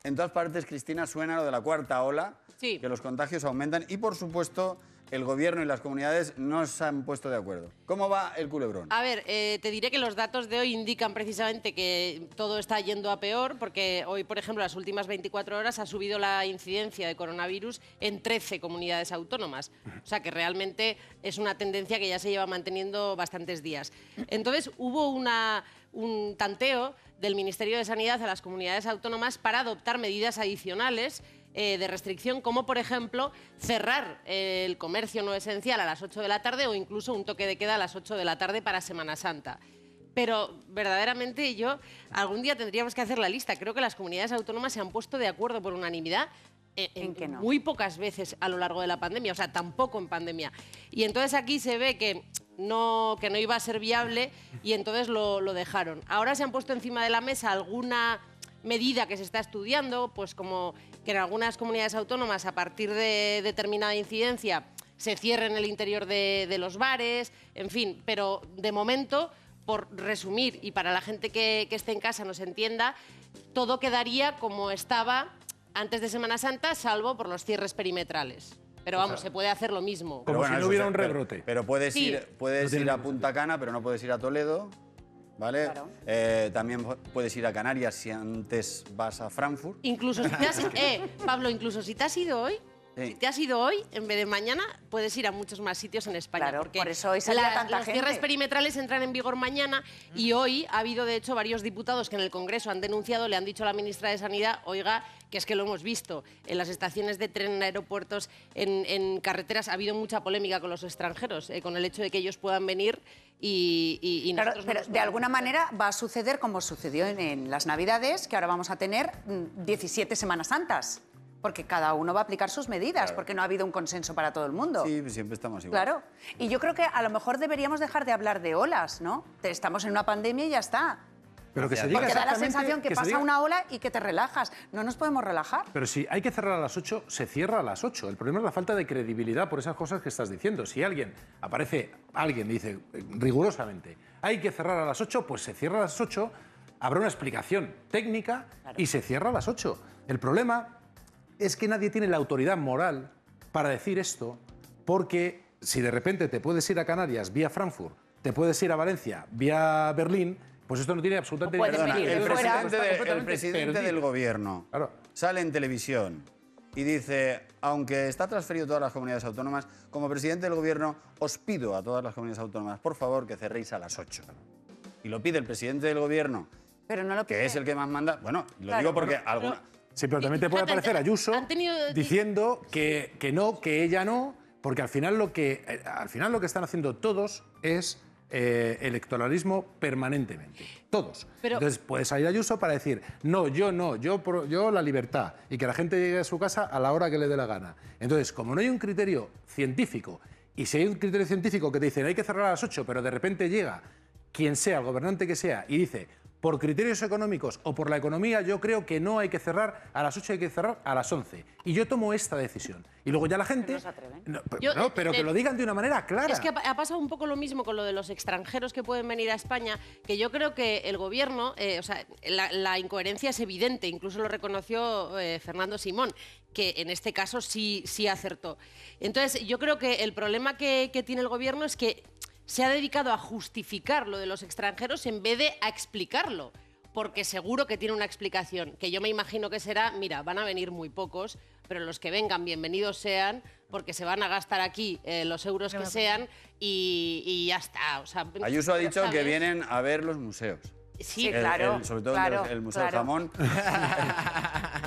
en todas partes, Cristina, suena lo de la cuarta ola, Sí. que los contagios aumentan, y por supuesto, el gobierno y las comunidades no se han puesto de acuerdo. ¿Cómo va el culebrón? A ver, eh, te diré que los datos de hoy indican precisamente que todo está yendo a peor, porque hoy, por ejemplo, las últimas 24 horas ha subido la incidencia de coronavirus en 13 comunidades autónomas. O sea que realmente es una tendencia que ya se lleva manteniendo bastantes días. Entonces, hubo una, un tanteo del Ministerio de Sanidad a las comunidades autónomas para adoptar medidas adicionales eh, de restricción, como por ejemplo cerrar eh, el comercio no esencial a las 8 de la tarde o incluso un toque de queda a las 8 de la tarde para Semana Santa. Pero verdaderamente yo, algún día tendríamos que hacer la lista. Creo que las comunidades autónomas se han puesto de acuerdo por unanimidad. eh, En que no. muy pocas veces a lo largo de la pandemia, o sea, tampoco en pandemia. Y entonces aquí se ve que no, que no iba a ser viable y entonces lo, lo dejaron. Ahora se han puesto encima de la mesa alguna medida que se está estudiando, pues como que en algunas comunidades autónomas a partir de determinada incidencia se cierre en el interior de, de los bares, en fin, pero de momento, por resumir y para la gente que, que esté en casa nos entienda, todo quedaría como estaba antes de Semana Santa, salvo por los cierres perimetrales. Pero vamos, se puede hacer lo mismo. Como si no eso hubiera se- un pero- rebrote. Pero, puedes Sí. ir, puedes ir a Punta Cana, pero no puedes ir a Toledo, ¿vale? Claro. Eh, también po- puedes ir a Canarias si antes vas a Frankfurt. Incluso si te has, eh, Pablo, incluso si te has ido hoy, Sí. si te has ido hoy, en vez de mañana, puedes ir a muchos más sitios en España. Claro, porque por eso hoy salía tanta los gente. cierres perimetrales entran en vigor mañana y hoy ha habido, de hecho, varios diputados que en el Congreso han denunciado, le han dicho a la ministra de Sanidad, oiga, que es que lo hemos visto, en las estaciones de tren, en aeropuertos, en, en carreteras, ha habido mucha polémica con los extranjeros, eh, con el hecho de que ellos puedan venir y, y- y Claro, nosotros no pero nos de podemos alguna meter. manera va a suceder como sucedió en, en las Navidades, que ahora vamos a tener mm, 17 Semanas Santas, porque cada uno va a aplicar sus medidas, porque no ha habido un consenso para todo el mundo. Sí, siempre estamos igual. Claro. Y yo creo que a lo mejor deberíamos dejar de hablar de olas, ¿no? Te- Estamos en una pandemia y ya está. Pero que se diga Porque da la exactamente sensación que, se pasa diga- una ola y que te relajas. No nos podemos relajar. Pero si hay que cerrar a las 8, se cierra a las 8. El problema es la falta de credibilidad por esas cosas que estás diciendo. Si alguien aparece, alguien dice eh, rigurosamente, hay que cerrar a las 8, pues se cierra a las 8, habrá una explicación técnica y se cierra a las 8. El problema es que nadie tiene la autoridad moral para decir esto, porque si de repente te puedes ir a Canarias vía Frankfurt, te puedes ir a Valencia vía Berlín, pues esto no tiene absolutamente puedes Perdona, venir de el fuera. presidente, de- Está el completamente presidente perdido. del gobierno Claro. sale en televisión y dice, aunque está transferido a todas las comunidades autónomas, como presidente del gobierno os pido a todas las comunidades autónomas, por favor, que cerréis a las 8. Y lo pide el presidente del gobierno, Pero no lo que es el que más manda. Bueno, lo Claro, digo porque alguna... Sí, pero también te puede Fíjate, aparecer han te- Ayuso han tenido- diciendo que, que no, que ella no, porque al final lo que, eh, al final lo que están haciendo todos es eh, electoralismo permanentemente. Todos. Pero- Entonces puede salir Ayuso para decir, no, yo no, yo, pro- yo la libertad, y que la gente llegue a su casa a la hora que le dé la gana. Entonces, como no hay un criterio científico, y si hay un criterio científico que te dicen hay que cerrar a las 8, pero de repente llega quien sea, el gobernante que sea, y dice, por criterios económicos o por la economía, yo creo que no hay que cerrar a las 8, hay que cerrar a las 11. Y yo tomo esta decisión. Y luego ya la gente... No, pero, Yo, no, eh, pero que eh, lo digan de una manera clara. Es que ha ha pasado un poco lo mismo con lo de los extranjeros que pueden venir a España, que yo creo que el gobierno, eh, o sea, la, la incoherencia es evidente, incluso lo reconoció eh, Fernando Simón, que en este caso sí, sí acertó. Entonces, yo creo que el problema que, que tiene el gobierno es que se ha dedicado a justificar lo de los extranjeros en vez de a explicarlo. Porque seguro que tiene una explicación, que yo me imagino que será, mira, van a venir muy pocos, pero los que vengan, bienvenidos sean, porque se van a gastar aquí eh, los euros que sean y, y ya está. O sea, Ayuso ha ya dicho que sabes. vienen a ver los museos. Sí, El- claro, el- sobre todo claro, el, el Museo claro. Jamón.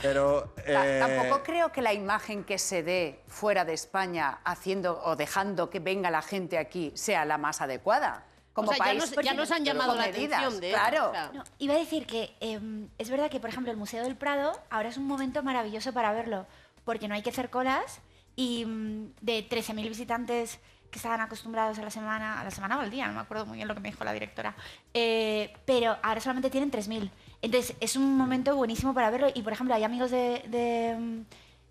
Pero. Ta- eh, Tampoco creo que la imagen que se dé fuera de España haciendo o dejando que venga la gente aquí sea la más adecuada. Como O sea, ya país, nos- ya porque nos han con llamado la medidas, atención de- Claro. o sea. No, iba a decir que eh, es verdad que, por ejemplo, el Museo del Prado ahora es un momento maravilloso para verlo, porque no hay que hacer colas y mm, de 13.000 visitantes que estaban acostumbrados a la semana, a la semana o al día, no me acuerdo muy bien lo que me dijo la directora, eh, pero ahora solamente tienen 3.000. Entonces es un momento buenísimo para verlo y, por ejemplo, hay amigos de- de, mm,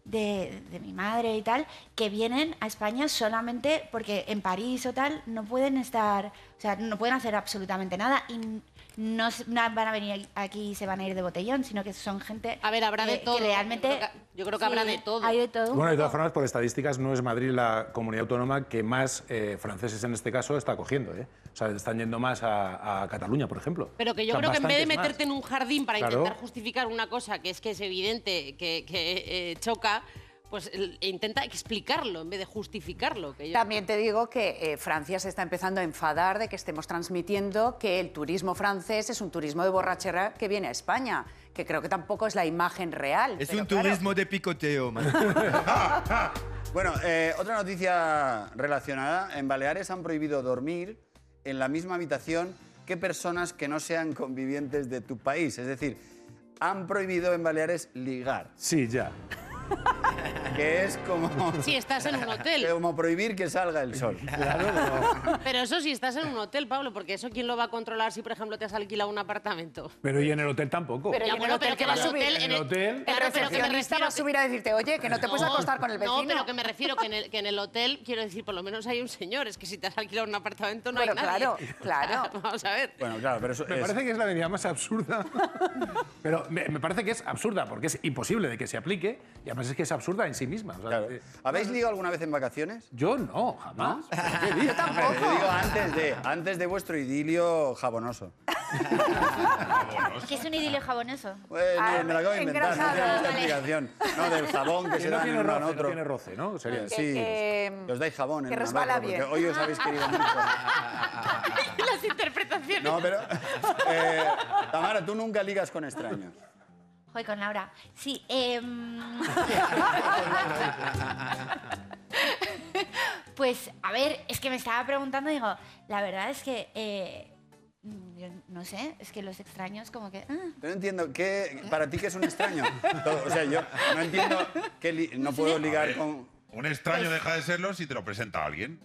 de, de mi madre y tal, que vienen a España solamente porque en París o tal no pueden estar, o sea, no pueden hacer absolutamente nada y n- no, s- no van a venir aquí y se van a ir de botellón, sino que son gente A ver, habrá de que- que todo. realmente, Yo creo que- yo creo que habrá de todo. Hay de todo. un Bueno, de todas poco. formas, por estadísticas, no es Madrid la comunidad autónoma que más eh, franceses en este caso está cogiendo. ¿eh? O sea, están yendo más a, a Cataluña, por ejemplo. Pero que yo O sea, creo que en vez de bastantes más. meterte en un jardín para Claro. intentar justificar una cosa que es que es evidente que, que, eh, choca, pues el- intenta explicarlo en vez de justificarlo. Que yo- También te digo que eh, Francia se está empezando a enfadar de que estemos transmitiendo que el turismo francés es un turismo de borrachera que viene a España, que creo que tampoco es la imagen real. Es pero un claro. turismo de picoteo, man. Ah, Bueno, eh, otra noticia relacionada. En Baleares han prohibido dormir en la misma habitación que personas que no sean convivientes de tu país. Es decir, han prohibido en Baleares ligar, Sí, ya. que es como, Si estás en un hotel. como prohibir que salga el sol. Pero eso si estás en un hotel, Pablo, porque eso quién lo va a controlar si, por ejemplo, te has alquilado un apartamento. Pero y en el hotel tampoco. Pero- Ya, en el bueno, hotel pero que que va a en el subir. hotel... En el en el- hotel, Claro, pero que me recepcionista refiero... va a subir a decirte, oye, que no te puedes acostar con el vecino. No, pero que me refiero que en, el, que en el hotel, quiero decir, por lo menos hay un señor. Es que si te has alquilado un apartamento no Bueno, hay nadie. claro, O claro. sea, Vamos a ver. Bueno, claro, pero eso Me es- parece que es la medida más absurda. Pero me, me parece que es absurda, porque es imposible de que se aplique. Y además es que es absurda en sí misma. O sea, claro. eh, ¿Habéis ligado alguna vez en vacaciones? Yo no, jamás. Yo tampoco. Yo digo antes de, antes de vuestro idilio jabonoso. Ah, Que es un idilio jabonoso. Bueno, Ah, me lo acabo de inventar, no engrasado, tiene mucha vale. explicación. No, del jabón que Que se no dan tiene en uno en roce, no otro. tiene roce, ¿no? Sería- Sí, que- que os dais jabón en que una resbala barra, porque bien. hoy os habéis querido mucho. Las interpretaciones. No, pero... eh, Tamara, tú nunca ligas con extraños. Joder, con Laura. Sí, em, ah, Pues, a ver, es que me estaba preguntando, digo, la verdad es que. eh, mm, yo no sé, es que los extraños, como que. ah, Pero no entiendo, ¿qué, ¿para ti qué es un extraño? Todo- O sea, yo no entiendo que li- no puedo ligar con... Eh, Un extraño Pues- deja de serlo si te lo presenta a alguien.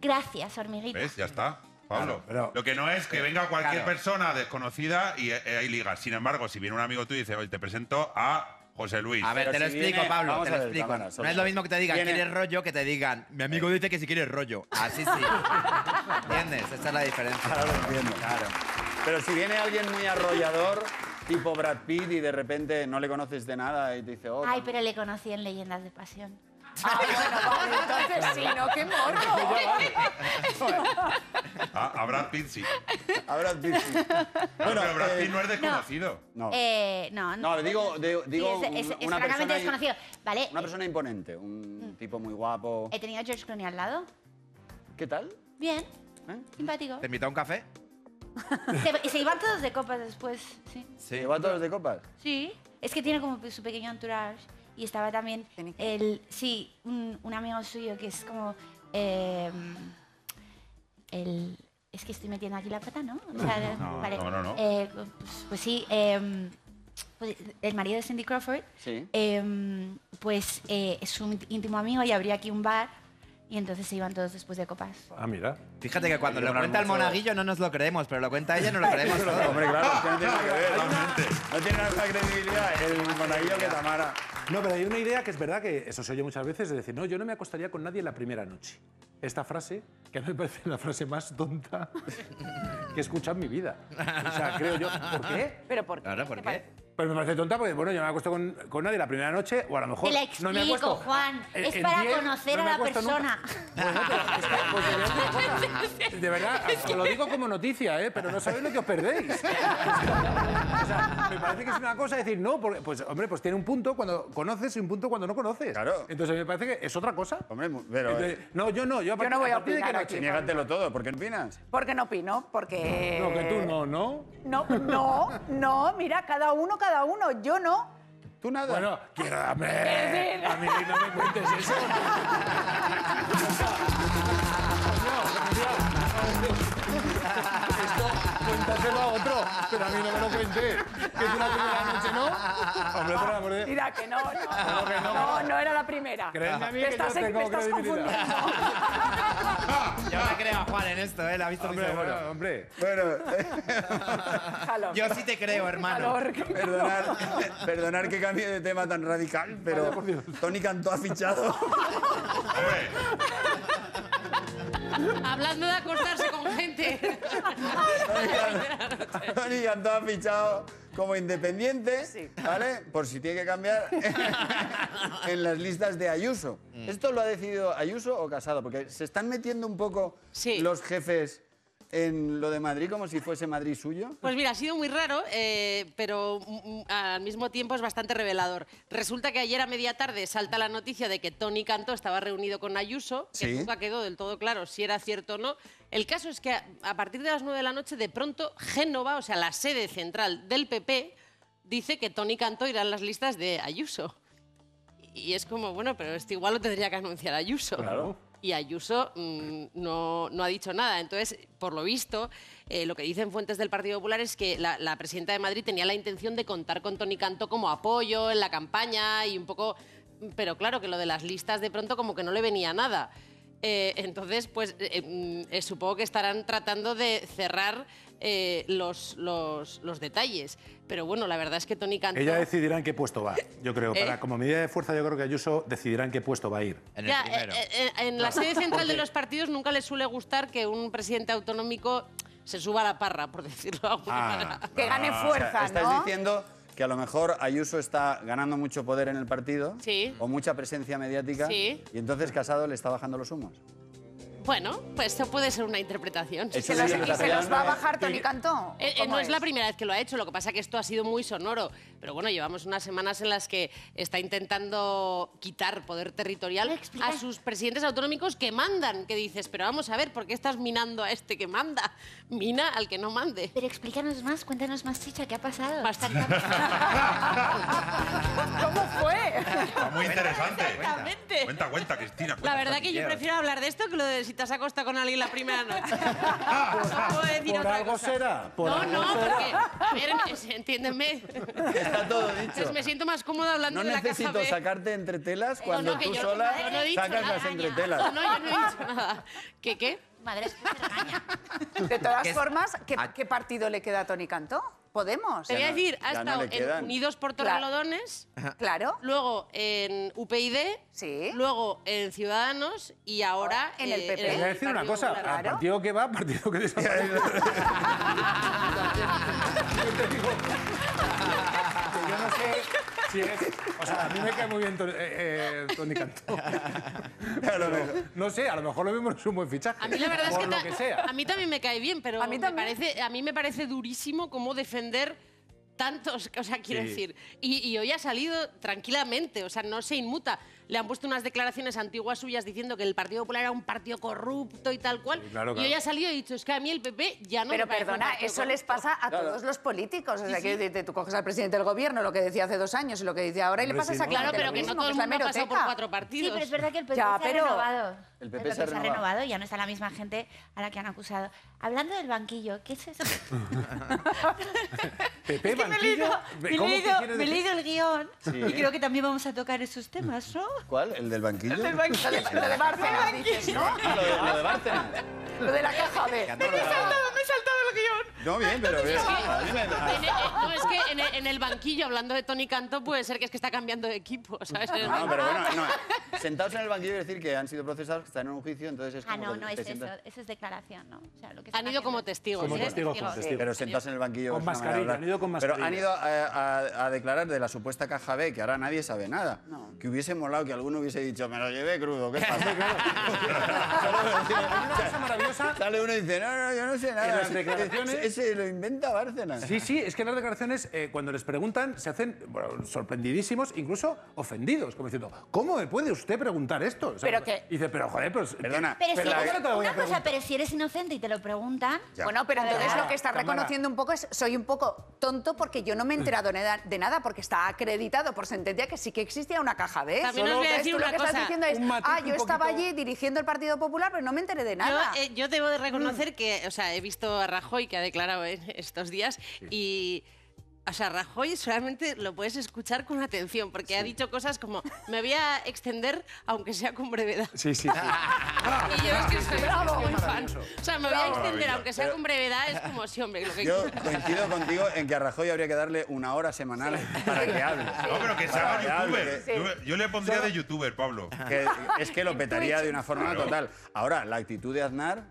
gracias, hormiguita. ¿Ves? Ya está. Pablo, Claro, pero- lo que no es eh, que venga cualquier Claro. persona desconocida y eh, ahí ligas. Sin embargo, si viene un amigo tuyo y dice, oye, te presento a José Luis. A ver, te Pero lo si explico, viene- Pablo, vamos te a lo ver, explico. cámara, no es lo mismo que te digan, viene- ¿quieres rollo? Que te digan, mi amigo Eh. dice que si quieres rollo. Ah, Así Ah, sí. ¿Entiendes? Esa es la diferencia. Ahora lo entiendo. Claro. Pero si viene alguien muy arrollador, tipo Brad Pitt, y de repente no le conoces de nada y te dice, oh, Ay, pero le conocí en Leyendas de Pasión. Ah, bueno, vale, entonces sí, ¿no? ¡Qué morro! A, Ah, a Brad Pitt, sí. a Brad Pitt. sí". No, Bueno, pero Brad eh, Pitt no es desconocido. No. Eh, no, No, digo- de- digo es, es- un- es una francamente persona y- desconocido. Eh, Vale, Una persona imponente, un tipo muy guapo. he tenido a George Clooney al lado. ¿Qué tal? Bien, ¿Eh? simpático. ¿Te invita a un café? Se- y se iban todos de copas después, sí. Sí. ¿Lleva a todos de copas? Sí, es que tiene como su pequeño entourage y estaba también Tiene que- el, sí, un, un amigo suyo que es como eh, el, es que estoy metiendo aquí la pata, ¿no? O sea, No, no, no, no. Eh, pues, pues sí, eh, pues el marido de Cindy Crawford, Sí. eh, pues eh, es un íntimo amigo y habría aquí un bar y entonces se iban todos después de copas. Ah, mira. Fíjate que cuando Hay que lo poner cuenta el mucho- monaguillo no nos lo creemos, pero lo cuenta ella no lo creemos todo. Hombre, claro, es que no tiene nada que ver. Totalmente. No tiene nada credibilidad el monaguillo que Tamara. No, pero hay una idea que es verdad que eso se oye muchas veces, de decir, no, yo no me acostaría con nadie en la primera noche. Esta frase, que a mí me parece la frase más tonta que he escuchado en mi vida. O sea, creo yo, ¿por qué? ¿Pero por qué? Claro, ¿por ¿Te qué? parece? Pero me parece tonta porque, bueno, yo no me acuesto con, con nadie la primera noche o a lo mejor Te la no me explico, acuesto. Eh, Juan. En- es en para 10 conocer no me a la acuesto nunca. persona. Bueno, pero es que, pues, de verdad, de verdad, de verdad, os lo digo como noticia, ¿eh? pero no sabéis lo que os perdéis. O sea, me parece que es una cosa decir, no, porque, pues hombre, pues tiene un punto cuando conoces y un punto cuando no conoces. Claro. Entonces me parece que es otra cosa. Hombre, mu- pero. Entonces, eh, no, yo no, yo, a no voy a partir de qué opinar noche. aquí. niégatelo todo, ¿por qué no opinas? ¿Por qué no opino? Porque... Eh, No, que tú no, ¿no? No, no, no, mira, cada uno, cada uno. Yo no. Tú nada. Bueno, quiero hombre, A mí no me cuentes eso. Esto, cuéntaselo a otro, pero a mí no me lo cuentes. Que es una primera noche, ¿no? Hombre, por el amor de Mira, que no, Claro que no, no. claro. No, no era la primera. Créeme Te a mí que yo estás, tengo me estás credibilidad. confundiendo. Yo me creo a Juan en esto, ¿eh? La ha visto muy Hombre, seguro. bueno, hombre. Bueno, Jalón. Yo sí te creo, hermano. Calor. Perdonar, perdonar que cambie de tema tan radical, pero Tony Cantó ha fichado. Hablando de acostarse con gente. Tony Cantó ha fichado como independiente, Sí. ¿vale? Por si tiene que cambiar en las listas de Ayuso. ¿Esto lo ha decidido Ayuso o Casado? Porque se están metiendo un poco Sí. los jefes en lo de Madrid como si fuese Madrid suyo. Pues mira, ha sido muy raro, eh, pero mm, mm, al mismo tiempo es bastante revelador. Resulta que ayer a media tarde salta la noticia de que Tony Cantó estaba reunido con Ayuso, que Sí. nunca quedó del todo claro si era cierto o no. El caso es que a, a partir de las 9 de la noche, de pronto, Génova, o sea, la sede central del PP, dice que Tony Cantó irá en las listas de Ayuso. Y es como, bueno, pero esto igual lo tendría que anunciar Ayuso. Claro. Y Ayuso mm, no, no ha dicho nada. Entonces, por lo visto, eh, lo que dicen fuentes del Partido Popular es que la, la presidenta de Madrid tenía la intención de contar con Tony Cantó como apoyo en la campaña y un poco... Pero claro, que lo de las listas de pronto como que no le venía nada. Eh, entonces, pues eh, mm, eh, supongo que estarán tratando de cerrar eh, los, los, los detalles. Pero bueno, la verdad es que Tony Cantó... Ella decidirá en qué puesto va, yo creo. Eh. Para, como medida de fuerza, yo creo que Ayuso decidirá en qué puesto va a ir. En Ya, el primero. eh, eh, eh, en la sede central de los partidos nunca les suele gustar que un presidente autonómico se suba a la parra, por decirlo de alguna manera. Que gane Ah, O fuerza, sea, estás ¿no? diciendo que a lo mejor Ayuso está ganando mucho poder en el partido Sí. o mucha presencia mediática Sí. y entonces Casado le está bajando los humos. Bueno, pues eso puede ser una interpretación. Eso Se es los, una y se los va a bajar Tony Cantó. Eh, eh, ¿Cómo no es? la primera vez que lo ha hecho, lo que pasa que esto ha sido muy sonoro. Pero bueno, llevamos unas semanas en las que está intentando quitar poder territorial Pero explica- a sus presidentes autonómicos que mandan. Que dices, pero vamos a ver, ¿por qué estás minando a este que manda? Mina al que no mande. Pero explícanos más, cuéntanos más, chicha, ¿qué ha pasado? Bastante. ¿Cómo fue? Está muy interesante. Exactamente. Cuenta, cuenta, Cristina. La cuenta, verdad que yo Tortilleros. prefiero hablar de esto que lo de si te has acostado con alguien la primera noche. No puedo decir Por otra algo cosa. será, por no, algo no, será. porque, a ver, me- entiéndeme. Está todo dicho. Entonces me siento más cómoda hablando No de la casa necesito B. Eh, sacarte entre telas cuando no, que tú yo- sola yo no he dicho sacas nada, las Ana. No, entretelas. no, yo no he dicho nada. ¿Qué qué? Madre, es que se regaña. De todas Que es- formas, ¿qué, Ah. qué partido le queda a Tony Cantó? Podemos. Te voy a no- decir, ya ha no estado le quedan. en Unidos por Claro. Torrelodones, Claro. luego en UPyD, Sí. luego en Ciudadanos y ahora En el eh, PP. Te voy a decir una Partido cosa, Popular. al partido que va, partido que desaparece. Yo te digo que yo no sé si es... O sea, a mí me cae muy bien Tony, eh, eh, Tony Cantó. A lo mejor. No sé, a lo mejor lo mismo no es un buen fichaje. A mí la verdad es por que, lo ta- que sea. a mí también me cae bien, pero A mí me también. parece, a mí me parece durísimo cómo defender tantos, o sea, quiero Sí. decir, y, y hoy ha salido tranquilamente, o sea, no se inmuta. Le han puesto unas declaraciones antiguas suyas diciendo que el Partido Popular era un partido corrupto y tal cual, Sí, claro, y hoy claro. ha salido y ha dicho, es que a mí el PP ya no Pero me parece un perdona, partido eso les corrupto". pasa a todos los políticos. O sea, quiero decirte, tú coges al presidente del gobierno, lo que decía hace dos años y lo que dice ahora, y le Hombre, pasas sí, a ¿no? Claro, pero lo que no mismo, todo el es la mundo ha pasado por hemeroteca. cuatro Sí, partidos. pero es verdad que el PP Ya, se pero- ha renovado. El PP se ha renovado. y ya no está la misma gente a la que han acusado. Hablando del banquillo, ¿qué es eso? Pepe Es que me he Banquillo, leído- ¿cómo me he que leído- quieres me he decir? leído el guión Sí. y creo que también vamos a tocar esos temas, ¿no? ¿Cuál? ¿El del banquillo? Lo de, lo de Bárcenas, dices, ¿no? Lo de, lo de Bárcenas. Lo de la caja B. Que a todos los- me he saltado el guión. No, bien, pero bien. Ah, A mí me- a- En el- no, es que en el, en el banquillo, hablando de Tony Canto, puede ser que es que está cambiando de equipo, ¿sabes? No, pero bueno, no. Sentados en el banquillo es decir que han sido procesados, que están en un juicio, entonces es Ah, como no, que no te es eso. sientas- Eso es declaración, ¿no? O sea, lo que Han están ido como haciendo es- testigos. Como ¿eh? testigos, como testigos. Pero sentados en el banquillo. Con es una mascarilla, manera de han hablar. ido con Pero han mascarilla. ido a, a- a declarar de la supuesta caja B, que ahora nadie sabe nada. Que hubiese molado que alguno hubiese dicho, me lo llevé crudo, ¿qué pasa? Una cosa maravillosa. Sale uno y dice, no, no, yo no sé nada. En las Ese- declaraciones- Ese, ese lo inventa Bárcenas. Sí, sí, es que en las declaraciones, eh, cuando les preguntan, se hacen bueno, sorprendidísimos, incluso ofendidos, como diciendo, ¿cómo me puede usted preguntar esto? O sea, Pero que- y dice, pero joder, pues, pero... Perdona. Pero, si Pero la- eres- ¿Cómo te lo voy a una cosa, preguntar? pero si eres inocente y te lo preguntan, Ya. Bueno, pero entonces Tamara, lo que está Tamara. reconociendo un poco es soy un poco tonto porque yo no me he enterado neda- de nada porque está acreditado por sentencia que sí que existía una caja B. También os voy a Entonces, decir tú una lo que cosa, estás diciendo es, un matiz ah, un yo estaba poquito- allí dirigiendo el Partido Popular, pero no me enteré de Yo, Pues nada. eh, yo debo de reconocer que, o sea, he visto a Rajoy que ha declarado en estos días y, o sea, Rajoy solamente lo puedes escuchar con atención porque ha dicho cosas como me voy a extender aunque sea con brevedad. Sí, sí, Y yo es que soy muy fan. O sea, me voy a extender Maravilla. aunque sea con brevedad es como sí, hombre, lo que Yo quieras. coincido contigo en que a Rajoy habría que darle una hora semanal para que hable. No, pero que se haga Para que hable, youtuber. Yo, yo le pondría de youtuber, Pablo. que- que es que lo petaría de una forma Claro. total. Ahora, la actitud de Aznar,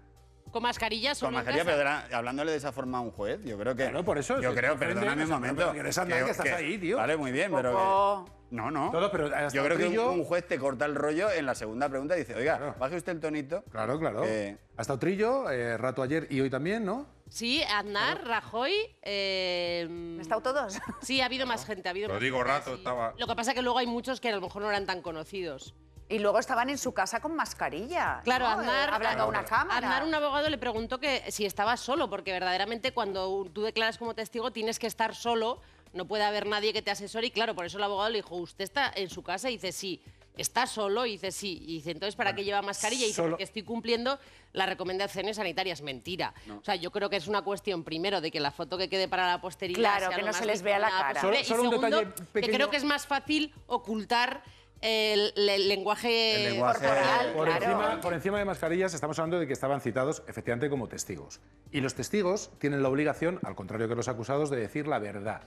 Con mascarillas con solo en mascarilla, casa. pero era- hablándole de esa forma a un juez, yo creo que. Claro, por eso, Yo se creo, sorprende, perdóname un se sorprende, momento. que eres Aznar, que estás ahí, tío. Vale, muy bien, pero. Poco. que- no, no. Todo, pero hasta yo creo que un, brillo- un juez te corta el rollo en la segunda pregunta y dice, oiga, baje usted el tonito. Claro, claro. Eh, Hasta Trillo, eh, rato ayer y hoy también, ¿no? Sí, Aznar, Rajoy. eh, ¿Han estado todos? Sí, ha habido más gente, ha habido más Rodrigo gente, Rato sí. estaba- Lo que pasa es que luego hay muchos que a lo mejor no eran tan conocidos. Y luego estaban en su casa con mascarilla. Claro, ¿no? Aznar, Eh, Hablando a una cámara. Aznar, un abogado, le preguntó que si estaba solo, porque verdaderamente cuando tú declaras como testigo tienes que estar solo, no puede haber nadie que te asesore. Y claro, por eso el abogado le dijo, ¿usted está en su casa? Y dice, sí. ¿Está solo? Y dice, sí. Y dice, entonces, ¿para qué lleva mascarilla? Y dice, solo- porque estoy cumpliendo las recomendaciones sanitarias. Mentira. O sea, yo creo que es una cuestión, primero, de que la foto que quede para la posteridad Claro, sea que lo no más se les vea la difuminada cara. posible. Solo- solo y un segundo, detalle que creo pequeño. que es más fácil ocultar el, el lenguaje, El lenguaje corporal, Por, claro. encima, por encima de mascarillas estamos hablando de que estaban citados efectivamente como testigos. Y los testigos tienen la obligación, al contrario que los acusados, de decir la verdad.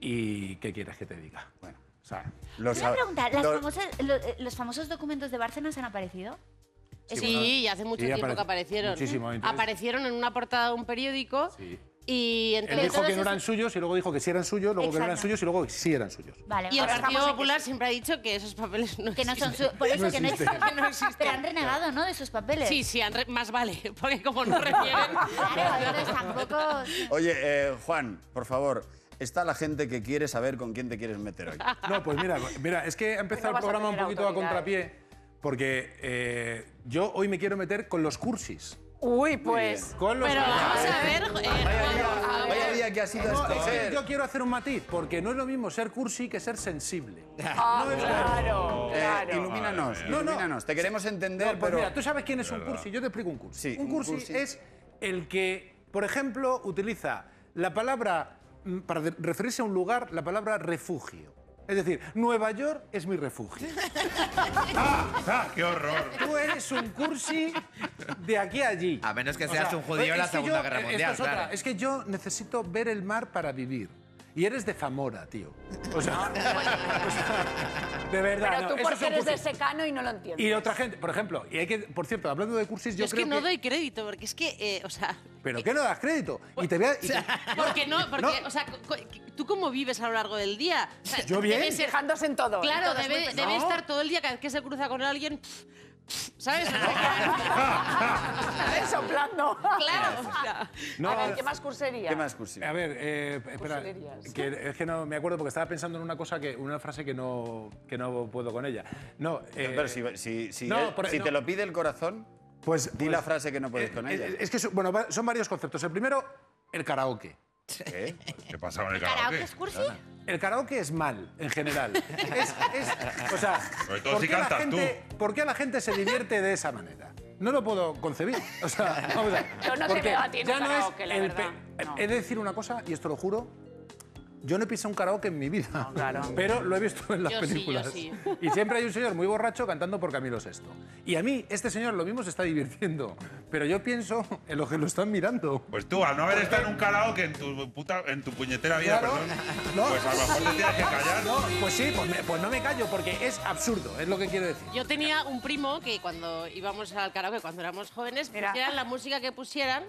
¿Y qué quieres que te diga? Bueno, o sea, lo Una sabe. pregunta, ¿las Lo- famosas- lo- eh, ¿los famosos documentos de Bárcenas han aparecido? Sí, bueno, y hace mucho sí, tiempo aparece- que aparecieron. ¿eh? muchísimo, entonces- Aparecieron en una portada de un periódico Sí. y él entonces... dijo que no esos- eran suyos y luego dijo que sí eran suyos, luego que no eran Exacto. suyos y luego que sí eran suyos. Vale, Y el vale. Partido Popular siempre ha dicho que esos papeles no que no son existen. su- por eso que no existen. existen. Pero han renegado, ¿no? De sus papeles. Sí, sí, han re- más vale, porque como no refieren... Claro, entonces tampoco. Oye, eh, Juan, por favor, está la gente que quiere saber con quién te quieres meter hoy. No, pues mira, mira, es que ha No empezado el vas a programa un tener poquito a autoridad. contrapié, porque eh, yo hoy me quiero meter con los cursis. Uy, pues. Con los Pero vamos a ver... jo- eh, Juan, por favor. Vaya día que ha sido No, esto. es que ¿eh? yo quiero hacer un matiz, porque no es lo mismo ser cursi que ser sensible. Ah, claro, Eh, claro. ilumínanos, No, no. ilumínanos. Te queremos entender, No, pues pero. mira, tú sabes quién es un cursi, yo te explico un cursi. Sí, un, un cursi, cursi. es el que, por ejemplo, utiliza la palabra, mm, para de- referirse a un lugar, la palabra refugio. Es decir, Nueva York es mi refugio. ¡Ah, ¡Qué horror! Tú eres un cursi de aquí a allí. pues, A menos que seas un judío en es la que Segunda yo- eh, Guerra esta Mundial, es otra, claro. Es que yo necesito ver el mar para vivir. Y eres de Zamora, tío. O sea, o sea, de verdad. Pero no, tú esos porque son eres de cursis. secano y no lo entiendes. Y otra gente, por ejemplo, y hay que, por cierto, hablando de cursis, yo, Yo es creo que no doy crédito, porque es que, eh, o sea... Pero qué no das crédito. Y te voy a- y te- Porque no, porque, No. o sea, co- co- ¿tú cómo vives a lo largo del día? O sea, Yo bien. debe ser- Fijándose en todo. en Claro, todo, es muy debe, pesado. debe estar todo el día cada vez que se cruza con alguien, pf, pf, ¿sabes? O sea, soplando. claro, o sea, No, eh, a ver, ¿qué más cursería? ¿Qué más, Cursi? A ver, eh, espera, Cursilerías. que es que no me acuerdo porque estaba pensando en una cosa que una frase que no que no puedo con ella. No, eh, Pero si, si- si- no, por- si no. te lo pide el corazón, pues di pues, la frase que no puedes con eh, ella. eh, Es que son- bueno, va- son varios conceptos. El primero, el karaoke. ¿Eh? ¿Qué? ¿Qué pasaba en el ¿Karaoke karaoke? es cursi? El karaoke es mal, en general. Es- es- o sea, Sobre todo si la cantas gente, por qué la gente se divierte de esa manera? No lo puedo concebir. O sea, vamos a ver. Yo no te Porque veo a ti en ya un no karaoke, es la el verdad. pe- No. He de decir una cosa, y esto lo juro, Yo no he pisado un karaoke en mi vida, claro. pero lo he visto en las Yo sí, yo películas. sí. Y siempre hay un señor muy borracho cantando por Camilo VI. Y a mí, este señor lo mismo se está divirtiendo, pero yo pienso en los que lo están mirando. Pues tú, al no haber estado en un karaoke en tu, puta, en tu puñetera vida, Claro. perdón, No. pues a lo mejor te tienes que callar. No, pues sí, pues, me- pues no me callo, porque es absurdo, es lo que quiero decir. Yo tenía un primo que cuando íbamos al karaoke, cuando éramos jóvenes, Mira. pusieran la música que pusieran,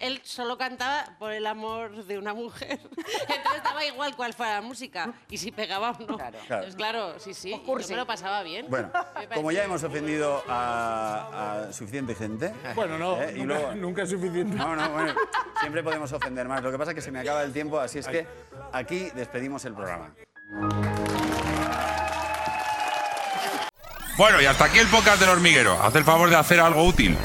él solo cantaba por el amor de una mujer. Entonces daba igual cuál fuera la música y si pegaba o no. Claro. Entonces, claro, sí, sí. y Yo cursi. me lo pasaba bien. Bueno, Me como parecía ya hemos ofendido a, a suficiente gente. Bueno, no, eh, y nunca, luego- nunca es suficiente. No, no, bueno, siempre podemos ofender más. Lo que pasa es que se me acaba el tiempo, así es que aquí despedimos el programa. Bueno, y hasta aquí el podcast del hormiguero. Haz el favor de hacer algo útil.